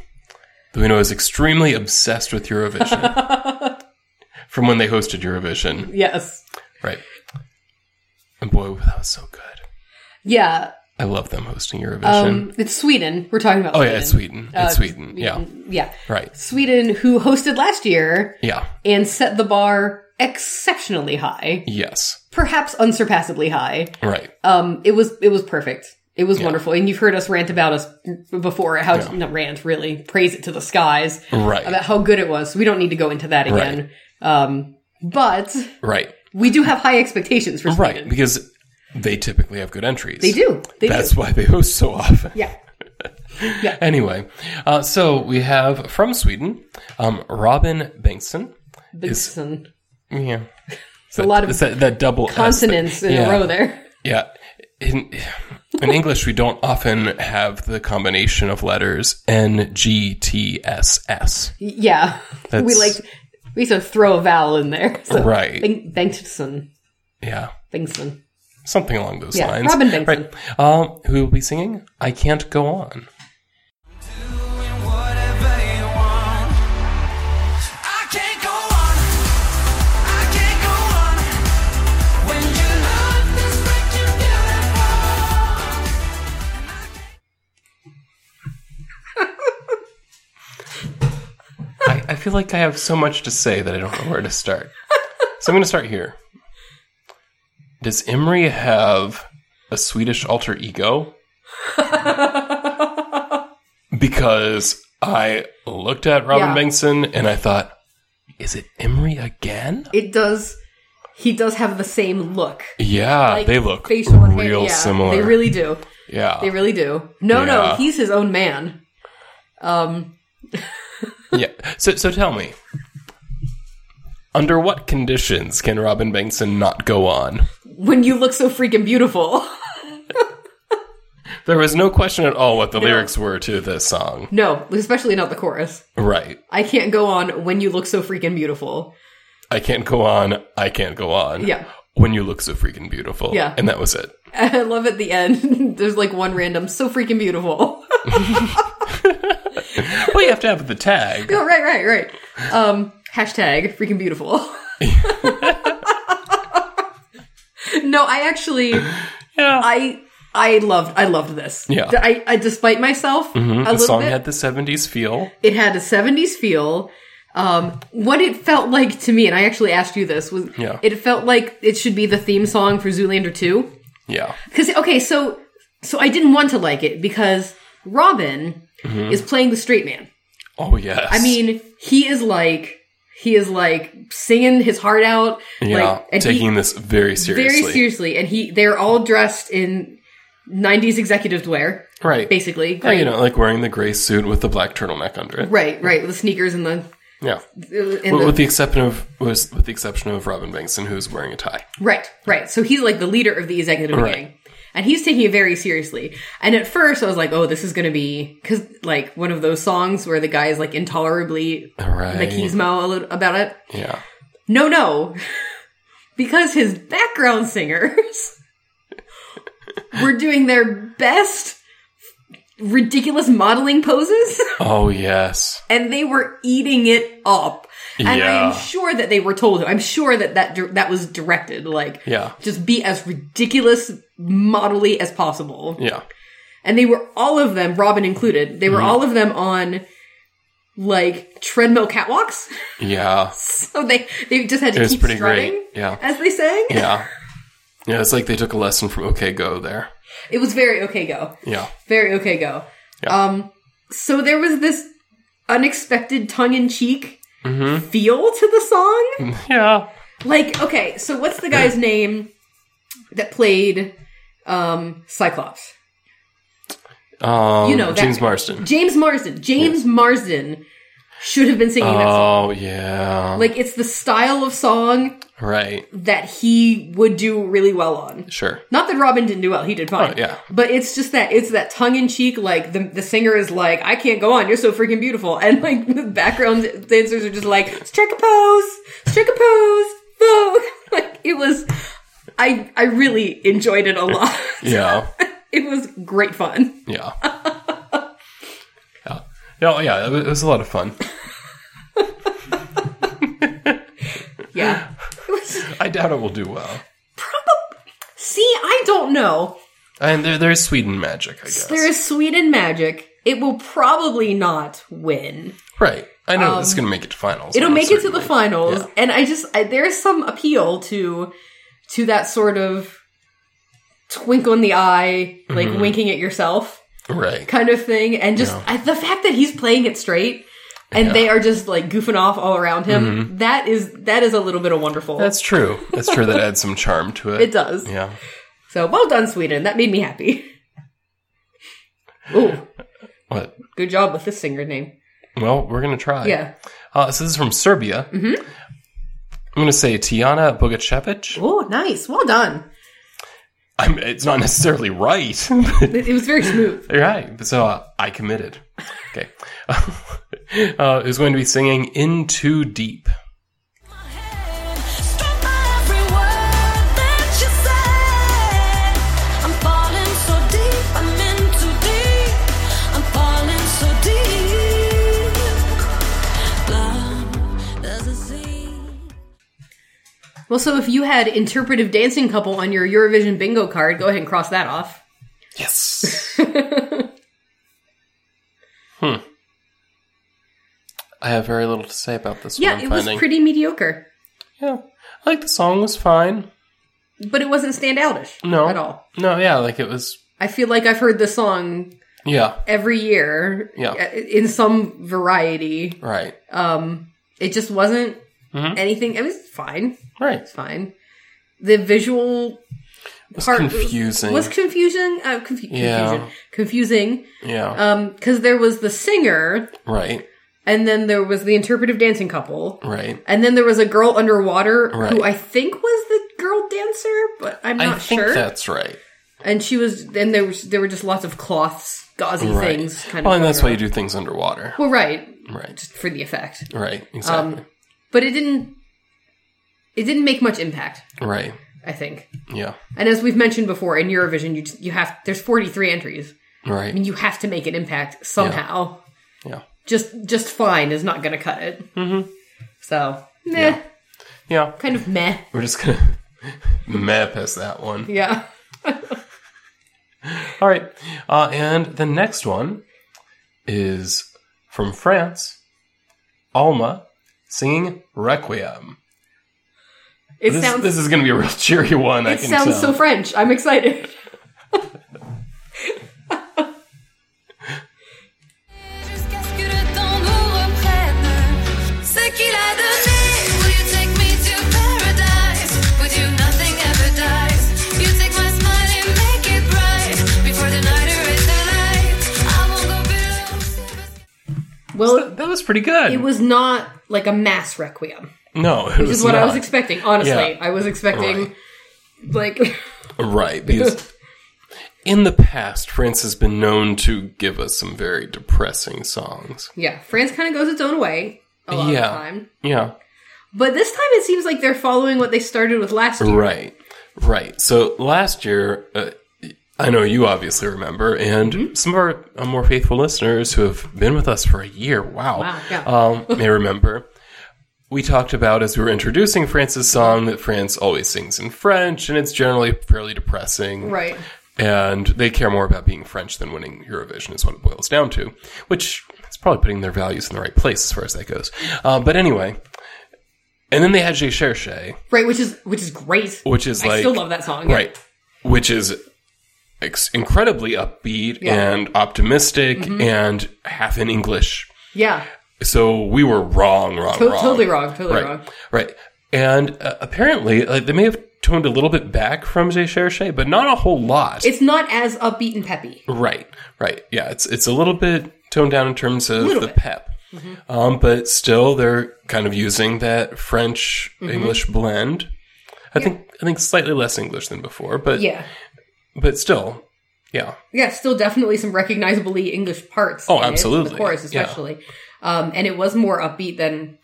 B: that we know is extremely obsessed with Eurovision from when they hosted Eurovision,
A: Yes.
B: right? And boy, that was so good.
A: Yeah.
B: I love them hosting Eurovision.
A: Um, it's Sweden. We're talking about
B: oh
A: Sweden.
B: yeah, it's Sweden.
A: Uh,
B: It's Sweden. Yeah,
A: Yeah.
B: right.
A: Sweden, who hosted last year
B: Yeah.
A: and set the bar exceptionally high,
B: Yes.
A: perhaps unsurpassably high.
B: Right.
A: Um, it was it was perfect. It was wonderful, and you've heard us rant about us before. How not rant really praise it to the skies
B: Right.
A: about how good it was. We don't need to go into that again. Um, but
B: right.
A: we do have high expectations for Sweden.
B: Right. Because they typically have good entries.
A: They do. They
B: That's
A: do.
B: why they host so often.
A: Yeah.
B: Anyway, uh, so we have from Sweden, um, Robin Bengtsson. Is,
A: Bengtsson.
B: yeah. It's a
A: lot of
B: that, that double S
A: Consonants
B: thing.
A: in
B: yeah,
A: a row there.
B: Yeah. In, in English, we don't often have the combination of letters N, G, T, S, S.
A: Yeah. we
B: That's-
A: like we sort of throw a vowel in there. So
B: Right.
A: Beng- Bengtsson.
B: Yeah.
A: Bengtsson.
B: Something along those
A: Yeah,
B: lines.
A: Robin Bengtsson.
B: Right. Um, who will be singing? I Can't Go On.
C: Doing whatever you want. I can't go on. I can't go on. When your love is breaking beautiful.
B: I, I feel like I have so much to say that I don't know where to start. So I'm going to start here. Does Imri have a Swedish alter ego? because I looked at Robin
A: Yeah.
B: Bengtsson and I thought, is it Imri again?
A: It does he does have the same look.
B: Yeah,
A: Like,
B: they look
A: facial hair-
B: real
A: yeah,
B: similar.
A: They really do.
B: yeah,
A: They really do. No,
B: Yeah.
A: no, he's his own man.
B: yeah. So, so tell me, under what conditions can Robin Bengtsson not go on?
A: When you look so freaking beautiful.
B: There was no question at all what the lyrics were to this song.
A: no, especially not the chorus.
B: Right.
A: I can't go on when you look so freaking beautiful.
B: I can't go on. I can't go on.
A: Yeah.
B: When you look so freaking beautiful.
A: Yeah.
B: And that was it.
A: I love at the end. There's like one random so freaking beautiful.
B: Well, Oh, you have to have the tag.
A: oh, right, right, right. Um, hashtag freaking beautiful. no, I actually
B: Yeah.
A: I I loved I loved this.
B: Yeah. Mm-hmm.
A: I, I despite myself a
B: the
A: little
B: song
A: bit.
B: had the 70s feel.
A: it had a 70s feel um, what it felt like to me and i actually asked you this was
B: Yeah.
A: it felt like it should be the theme song for zoolander 2
B: Yeah.
A: because okay so so i didn't want to like it because robin
B: Mm-hmm.
A: is playing the straight man
B: Oh, yes.
A: i mean he is like he is like singing his heart out
B: yeah.
A: like and he-
B: taking this very seriously.
A: very seriously and he they're all dressed in 90s executive wear
B: Right.
A: basically
B: Oh, Yeah, you know, like wearing the gray suit with the black turtleneck under it.
A: right right with the sneakers and the,
B: Yeah.
A: and
B: With,
A: the
B: with the exception of was with the exception of Robin Bengtsson, who's wearing a tie.
A: Right, right. So he's like the leader of the executive
B: Right.
A: gang. And he's taking it very seriously. And at first I was like, oh, this is going to be, cause like one of those songs where the guy is like intolerably
B: Right.
A: machismo a little about it.
B: yeah.
A: No, no. because his background singers were doing their best ridiculous modeling poses
B: Oh yes.
A: and they were eating it up. And I
B: Yeah.
A: am sure that they were told. I'm sure that that dir- that was directed. Like,
B: Yeah.
A: just be as ridiculous modelly as possible.
B: Yeah.
A: And they were all of them, Robin included, they were
B: Mm-hmm.
A: all of them on like treadmill catwalks.
B: Yeah.
A: So they they just had to
B: It was
A: keep
B: pretty
A: strutting
B: great, yeah.
A: as they sang.
B: Yeah. Yeah, it's like they took a lesson from OK Go there.
A: It was very okay go.
B: Yeah.
A: Very okay go.
B: Yeah.
A: Um so there was this unexpected tongue in cheek
B: Mm-hmm.
A: feel to the song.
B: Yeah.
A: Like, okay, so what's the guy's name that played um Cyclops?
B: Um,
A: You know, that-
B: James Marsden.
A: James Marsden. James Marsden should have been singing that song.
B: Oh, yeah.
A: Like it's the style of song
B: right.
A: that he would do really well on.
B: Sure.
A: Not that Robin didn't do well; he did fine.
B: Oh, yeah.
A: But it's just that it's that tongue in cheek. Like the the singer is like, "I can't go on. You're so freaking beautiful," and like the background dancers are just like, "Strike a pose, strike a pose, vogue." Like it was, I I really enjoyed it a lot.
B: Yeah.
A: It was great fun.
B: Yeah. yeah. No, yeah, it was, it was a lot of fun.
A: Yeah. It was.
B: I doubt it will do well.
A: See, I don't know.
B: And there, there's Sweden magic, I guess.
A: There is Sweden magic. It will probably not win.
B: right. I know it's going to make it to finals.
A: um, It'll make it to the
B: certainly.
A: finals,
B: Yeah.
A: and I just I, there's some appeal to to that sort of twinkle in the eye, like
B: Mm-hmm.
A: winking at yourself
B: Right.
A: kind of thing, and just I, the fact that he's playing it straight and they are just like goofing off all around him.
B: Mm-hmm.
A: that is that is a little bit of wonderful.
B: That's true. That's true. That adds some charm to it.
A: it does.
B: Yeah.
A: So well done, Sweden. That made me happy. Ooh,
B: What?
A: good job with this singer name.
B: Well, we're going to try.
A: Yeah.
B: Uh, so this is from Serbia. Mm-hmm. I'm going to say Tiana Bogacevic.
A: Oh, nice. Well done.
B: I'm, it's not necessarily right, but
A: It, it was very smooth.
B: you're right. So uh, I committed. Okay. uh, is going to be singing In Too Deep.
F: my head, struck by every word that you said. I'm falling so deep, I'm in too deep. I'm falling so deep. Love doesn't seem.
A: Well, so if you had interpretive dancing couple on your Eurovision bingo card, go ahead and cross that off.
B: Yes. hmm. I have very little to say about this
A: Yeah,
B: one. I'm
A: it was
B: finding.
A: pretty mediocre,
B: Yeah, I like the song was fine.
A: but it wasn't standoutish
B: No,
A: at all.
B: No, yeah, like it was.
A: I feel like I've heard this song
B: Yeah,
A: every year
B: Yeah.
A: uh, in some variety.
B: right,
A: Um, it just wasn't
B: Mhm.
A: anything. It was fine.
B: right.
A: It's fine. The visual
B: It was
A: part
B: confusing.
A: was confusing. Uh, confu-
B: Yeah.
A: Confusing. Confusing.
B: yeah,
A: Um, because there was the singer,
B: right,
A: and then there was the interpretive dancing couple.
B: right.
A: And then there was a girl underwater
B: Right.
A: who I think was the girl dancer, but I'm
B: I
A: not
B: think
A: sure.
B: that's right.
A: and she was, and there was, there were just lots of cloths, gauzy
B: Right.
A: things, kind
B: well,
A: of.
B: and that's why you
A: going
B: do things underwater.
A: around. Well, right,
B: Right,
A: for the effect,
B: right, exactly.
A: but it didn't, it didn't make much impact.
B: right,
A: I think,
B: yeah,
A: and as we've mentioned before, in Eurovision, you just- you have there's 43 entries,
B: right,
A: and you have to make an impact somehow.
B: yeah,
A: Just just fine is not going to cut it. Mm-hmm. So, meh,
B: yeah.
A: kind of meh,
B: We're just gonna meh past that one.
A: yeah.
B: All right. Uh, and the next one is from France, Alma singing Requiem.
A: It
B: This,
A: sounds
B: this is going to be a real cheery one. I
A: It
B: can
A: sounds so
B: tell.
A: French. I'm excited.
F: Jusqu'à ce que le temps nous reprenne ce qu'il a donné. Will you take me to paradise? With you, nothing ever dies. You take my smile and make it bright before the night erase the lights. I won't go below.
A: Well,
B: That was pretty good.
A: it was not like a mass requiem,
B: no, it
A: which
B: was
A: is what I
B: not.
A: was expecting. Honestly,
B: Yeah.
A: I was expecting like
B: Right. Because in the past, France has been known to give us some very depressing songs.
A: yeah, France kind of goes its own way a lot
B: yeah.
A: of the time,
B: Yeah.
A: but this time it seems like they're following what they started with last year.
B: Right, right. So last year, uh, I know you obviously remember, and
A: Mm-hmm.
B: some of our uh, more faithful listeners who have been with us for a year, wow,
A: Wow, yeah.
B: um, may remember. We talked about as we were introducing France's song that France always sings in French, and it's generally fairly depressing.
A: Right.
B: And they care more about being French than winning Eurovision, is what it boils down to, which is probably putting their values in the right place as far as that goes. Uh, but anyway, and then they had Je Cherche,
A: Right, which is which is great.
B: which is
A: I
B: like
A: still love that song.
B: right, which is ex- incredibly upbeat
A: Yeah. Mm-hmm.
B: and optimistic and half in English.
A: Yeah.
B: So we were wrong, wrong,
A: To-
B: wrong.
A: Totally wrong. Totally
B: right,
A: wrong.
B: Right. And uh, apparently, like, they may have toned a little bit back from Je Cherche, but not a whole lot.
A: It's not as upbeat and peppy.
B: right. Right. Yeah. It's it's a little bit toned down in terms of the
A: Little bit. Mm-hmm.
B: pep. Um, but still, they're kind of using that French
A: Mm-hmm.
B: English blend. I think I think slightly less English than before, but
A: Yeah.
B: but still, yeah.
A: Yeah, still definitely some recognizably English parts.
B: Oh,
A: in it,
B: absolutely.
A: The chorus
B: Yeah.
A: especially. Um, and it was more upbeat than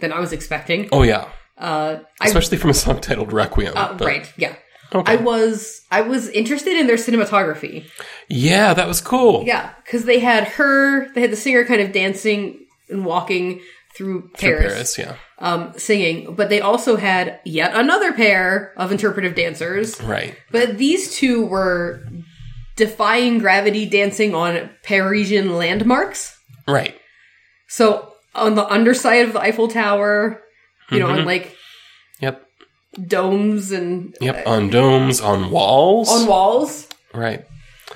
A: than I was expecting.
B: Oh yeah,
A: Uh, I
B: especially from a song titled Requiem.
A: uh,
B: but-
A: right, yeah.
B: Okay.
A: I was I was interested in their cinematography.
B: Yeah, that was cool.
A: Yeah, because they had her, they had the singer kind of dancing and walking through
B: Through
A: Paris,
B: Paris. Yeah.
A: Um, singing, but they also had yet another pair of interpretive dancers.
B: Right.
A: But these two were defying gravity dancing on Parisian landmarks.
B: Right.
A: So on the underside of the Eiffel Tower, you know,
B: Mm-hmm.
A: on like
B: Yep.
A: domes and
B: Yep. On domes, on walls.
A: on walls.
B: Right.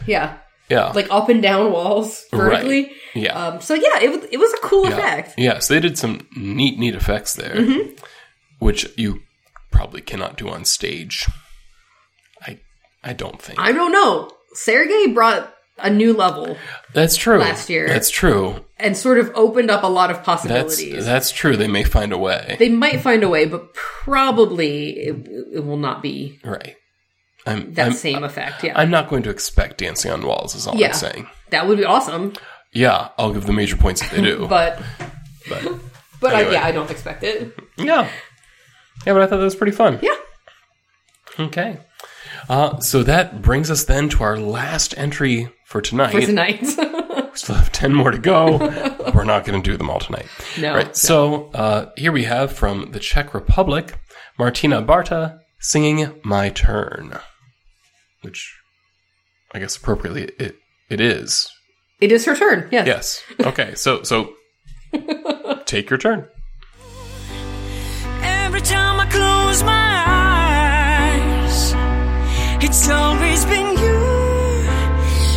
A: Yeah.
B: Yeah.
A: Like up and down walls vertically.
B: Right. Yeah.
A: Um, so yeah, it, was- it was a cool
B: yeah.
A: effect.
B: Yeah. So they did some neat, neat effects there,
A: Mm-hmm.
B: which you probably cannot do on stage. I, I don't think
A: I don't know. Sergey brought a new level
B: that's true.
A: Last year.
B: That's true.
A: and sort of opened up a lot of
B: That's
A: possibilities.
B: that's true. They may find a way.
A: they might find a way, but probably it, it will not be
B: right. I'm.
A: that
B: I'm,
A: same effect. Yeah.
B: I'm not going to expect dancing on walls. Is all
A: Yeah.
B: I'm saying.
A: that would be awesome,
B: Yeah, I'll give the major points if they do.
A: but
B: but
A: but
B: Anyway.
A: I, yeah, I don't expect it.
B: Yeah. Yeah, but I thought that was pretty fun.
A: Yeah.
B: Okay. Uh, so that brings us then to our last entry for tonight.
A: For tonight.
B: We still have 10 more to go. We're not going to do them all tonight.
A: No.
B: Right. So uh, here we have from the Czech Republic Martina Barta singing My Turn, which I guess appropriately it, it is.
A: it is her turn. Yes.
B: Yes. Okay. So, so take your turn.
C: Every time I close my eyes, it's always been you.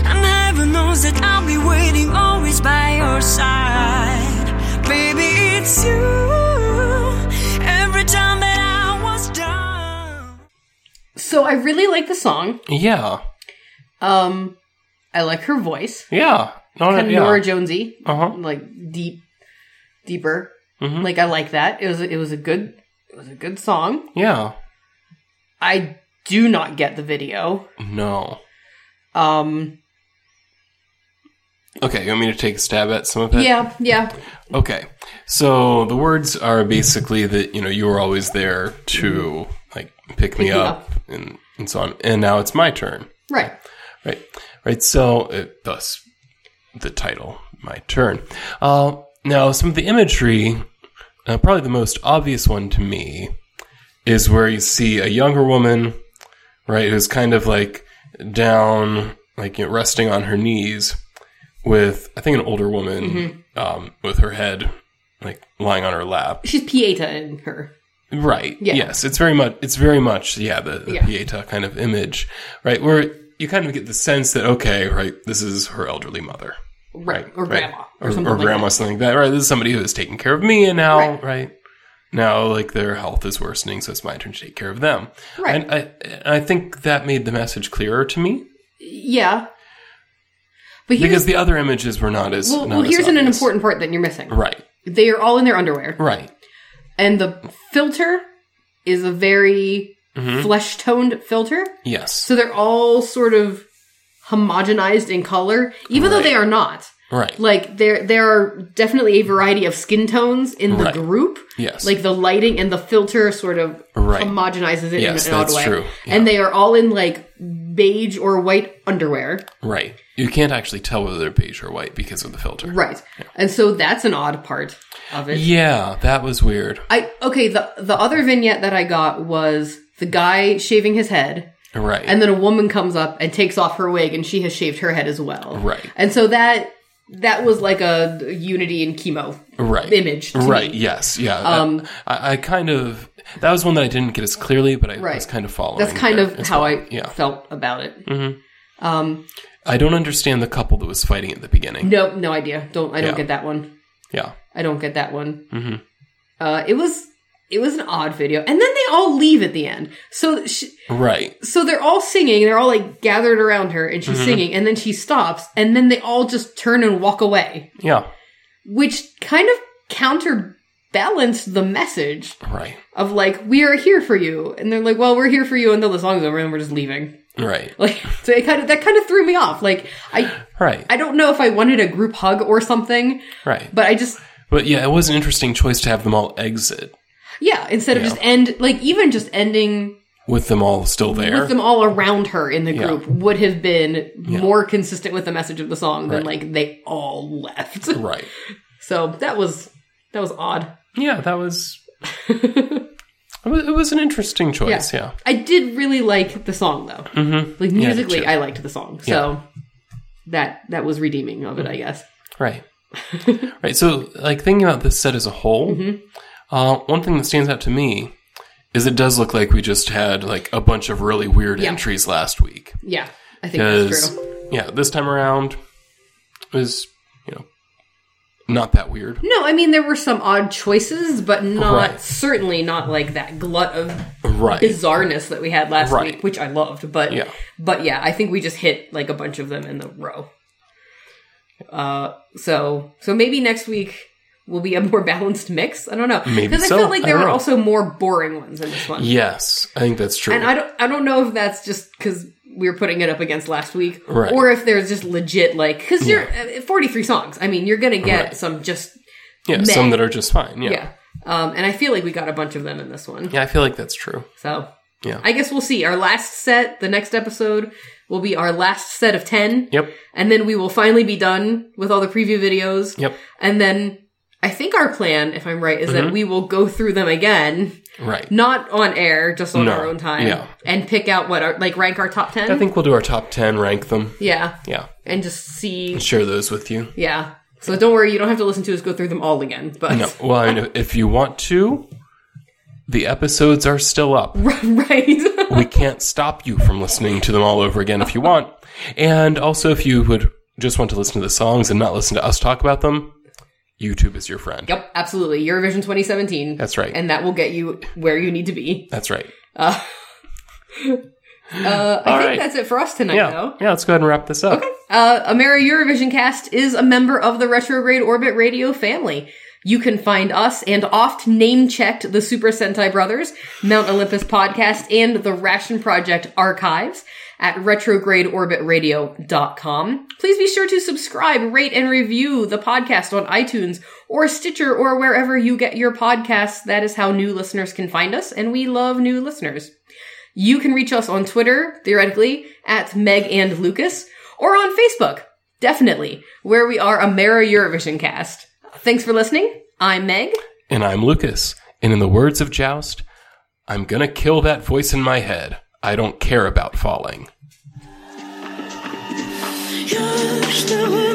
C: And heaven knows that I'll be waiting always by your side. Baby, it's you. Every time that I was down.
A: So I really like the song.
B: Yeah.
A: Um, I like her voice.
B: Yeah. No,
A: Kind of
B: yeah.
A: Nora Jonesy,
B: Uh-huh.
A: like deep, deeper.
B: Mm-hmm.
A: Like I like that. It was it was a good it was a good song.
B: Yeah.
A: I do not get the video.
B: No.
A: Um,
B: Okay, you want me to take a stab at some of it?
A: yeah, yeah,
B: Okay. So the words are basically that, you know, you were always there to like pick me
A: me
B: up, and and so on. And now it's my turn.
A: right.
B: Right. Right. So uh, thus the title, my turn. Uh, now some of the imagery, uh, probably the most obvious one to me, is where you see a younger woman, right, who's kind of like down, like you know, resting on her knees, with I think an older woman, um, with her head like lying on her lap.
A: She's Pieta in her.
B: Right.
A: Yeah.
B: Yes. It's very much. It's very much. Yeah. The, the
A: Yeah.
B: Pieta kind of image. Right. Where you kind of get the sense that okay, right, this is her elderly mother.
A: Right. Or
B: right?
A: grandma. Or,
B: Or, or,
A: something like
B: grandma,
A: that.
B: something like that. Right. This is somebody who is taking care of me, and now right.
A: Right.
B: now like their health is worsening, so it's my turn to take care of them.
A: Right.
B: And I and I think that made the message clearer to me
A: Yeah. But
B: because
A: here's,
B: the other images were not as
A: well,
B: not
A: well,
B: as
A: here's an, an
B: obvious.
A: important part that you're missing.
B: right.
A: They are all in their underwear.
B: Right.
A: And the filter is a very
B: Mm-hmm.
A: flesh toned filter.
B: Yes.
A: So they're all sort of homogenized in color, even though they are not.
B: right.
A: Like there there are definitely a variety of skin tones in the
B: Right.
A: group.
B: Yes.
A: Like the lighting and the filter sort of
B: Right.
A: homogenizes it
B: Yes,
A: in an odd
B: that's
A: way.
B: true.
A: And they are all in like beige or white underwear.
B: right. You can't actually tell whether they're beige or white because of the filter.
A: Right. And so that's an odd part of it.
B: Yeah, that was weird.
A: I okay, the the other vignette that I got was the guy shaving his head
B: Right.
A: and then a woman comes up and takes off her wig and she has shaved her head as well
B: Right.
A: and so that that was like a unity in chemo
B: right.
A: image to
B: Right.
A: me.
B: Yes. Yeah. Um, I, I kind of that was one that I didn't get as clearly, but I
A: Right.
B: was kind of following.
A: that's kind
B: it
A: of
B: as
A: how
B: well.
A: i
B: Yeah. Mm-hmm.
A: felt about it
B: I don't understand the couple that was fighting at the beginning.
A: no no idea don't i don't
B: Yeah. Mm-hmm.
A: get that one
B: Yeah.
A: i don't get that one uh it was it was an odd video and then they all leave at the end so sh
B: Right.
A: so they're all singing they're all like gathered around her and she's
B: Mm-hmm.
A: singing and then she stops and then they all just turn and walk away
B: Yeah.
A: which kind of counterbalanced the message
B: Right.
A: of like we are here for you and they're like well we're here for you until the song's over and we're just leaving
B: Right.
A: like so it kind of that kind of threw me off like i
B: Right.
A: i don't know if i wanted a group hug or something
B: right. But,
A: but i just
B: yeah, it was an interesting choice to have them all exit
A: yeah instead of
B: Yeah.
A: just end like even just ending
B: with them all still there.
A: with them all around her in the
B: Yeah.
A: group would have been more consistent with the message of the song than
B: Right.
A: like they all left
B: right.
A: so that was that was odd
B: Yeah, that was. it was- it was an interesting choice. Yeah.
A: I did really like the song though. Mm-hmm. Like musically,
B: too.
A: I liked the song, so that that was redeeming of it, I guess.
B: Right. right. So, like thinking about this set as a whole,
A: Mm-hmm.
B: uh, one thing that stands out to me is it does look like we just had like a bunch of really weird
A: Yeah.
B: entries last week.
A: Yeah, I think that's
B: Because
A: true.
B: yeah, this time around it was you know not that weird.
A: No, I mean there were some odd choices, but not
B: Right.
A: certainly not like that glut of
B: Right.
A: bizarreness that we had last
B: Right.
A: week, which I loved. But
B: Yeah.
A: but yeah, I think we just hit like a bunch of them in the row. Uh, so so maybe next week will be a more balanced mix. I don't know
B: Maybe
A: because I
B: so.
A: felt like
B: I
A: there
B: don't
A: were
B: know.
A: also more boring ones in this one.
B: yes, I think that's true.
A: And I don't, I don't know if that's just because we were putting it up against last week,
B: Right.
A: or if there's just legit like because you're uh, 43 songs. I mean, you're gonna get
B: Right.
A: some just
B: yeah,
A: Meh.
B: some that are just fine. Yeah.
A: yeah.
B: yeah.
A: Um, and I feel like we got a bunch of them in this one.
B: I feel like that's true.
A: So
B: Yeah.
A: I guess we'll see. Our last set, the next episode will be our last set of 10.
B: Yep.
A: And then we will finally be done with all the preview videos.
B: Yep. Mm-hmm.
A: And then I think our plan, if I'm right, is that we will go through them again,
B: Right.
A: not on air, just on
B: No.
A: our own time.
B: Yeah.
A: And pick out what our, like rank our top 10.
B: I think we'll do our top ten, rank them.
A: Yeah.
B: Yeah.
A: And just see.
B: Share those with you.
A: Yeah. So don't worry, you don't have to listen to us go through them all again. But
B: No. Well, I mean, if you want to, the episodes are still up.
A: right.
B: We can't stop you from listening to them all over again if you want. And also, if you would just want to listen to the songs and not listen to us talk about them, YouTube is your friend.
A: yep, absolutely. Eurovision 2017.
B: That's right.
A: And that will get you where you need to be.
B: That's right.
A: Uh, I
B: All
A: uh, think
B: right.
A: that's it for us tonight,
B: Yeah.
A: though.
B: Yeah. Let's go ahead and wrap this up.
A: Uh, Ameri Eurovision Cast is a member of the Retrograde Orbit Radio family. You can find us and oft name checked the Super Sentai Brothers, Mount Olympus Podcast, and the Ration Project archives at retrogradeorbitradio.com. Please be sure to subscribe, rate, and review the podcast on iTunes or Stitcher or wherever you get your podcasts. That is how new listeners can find us, and we love new listeners. You can reach us on Twitter, theoretically, at Meg and Lucas, or on Facebook, definitely, where we are Amera Eurovision cast. Thanks for listening. I'm Meg.
B: And I'm Lucas. And in the words of Joust, I'm gonna kill that voice in my head. I don't care about falling.
C: You're still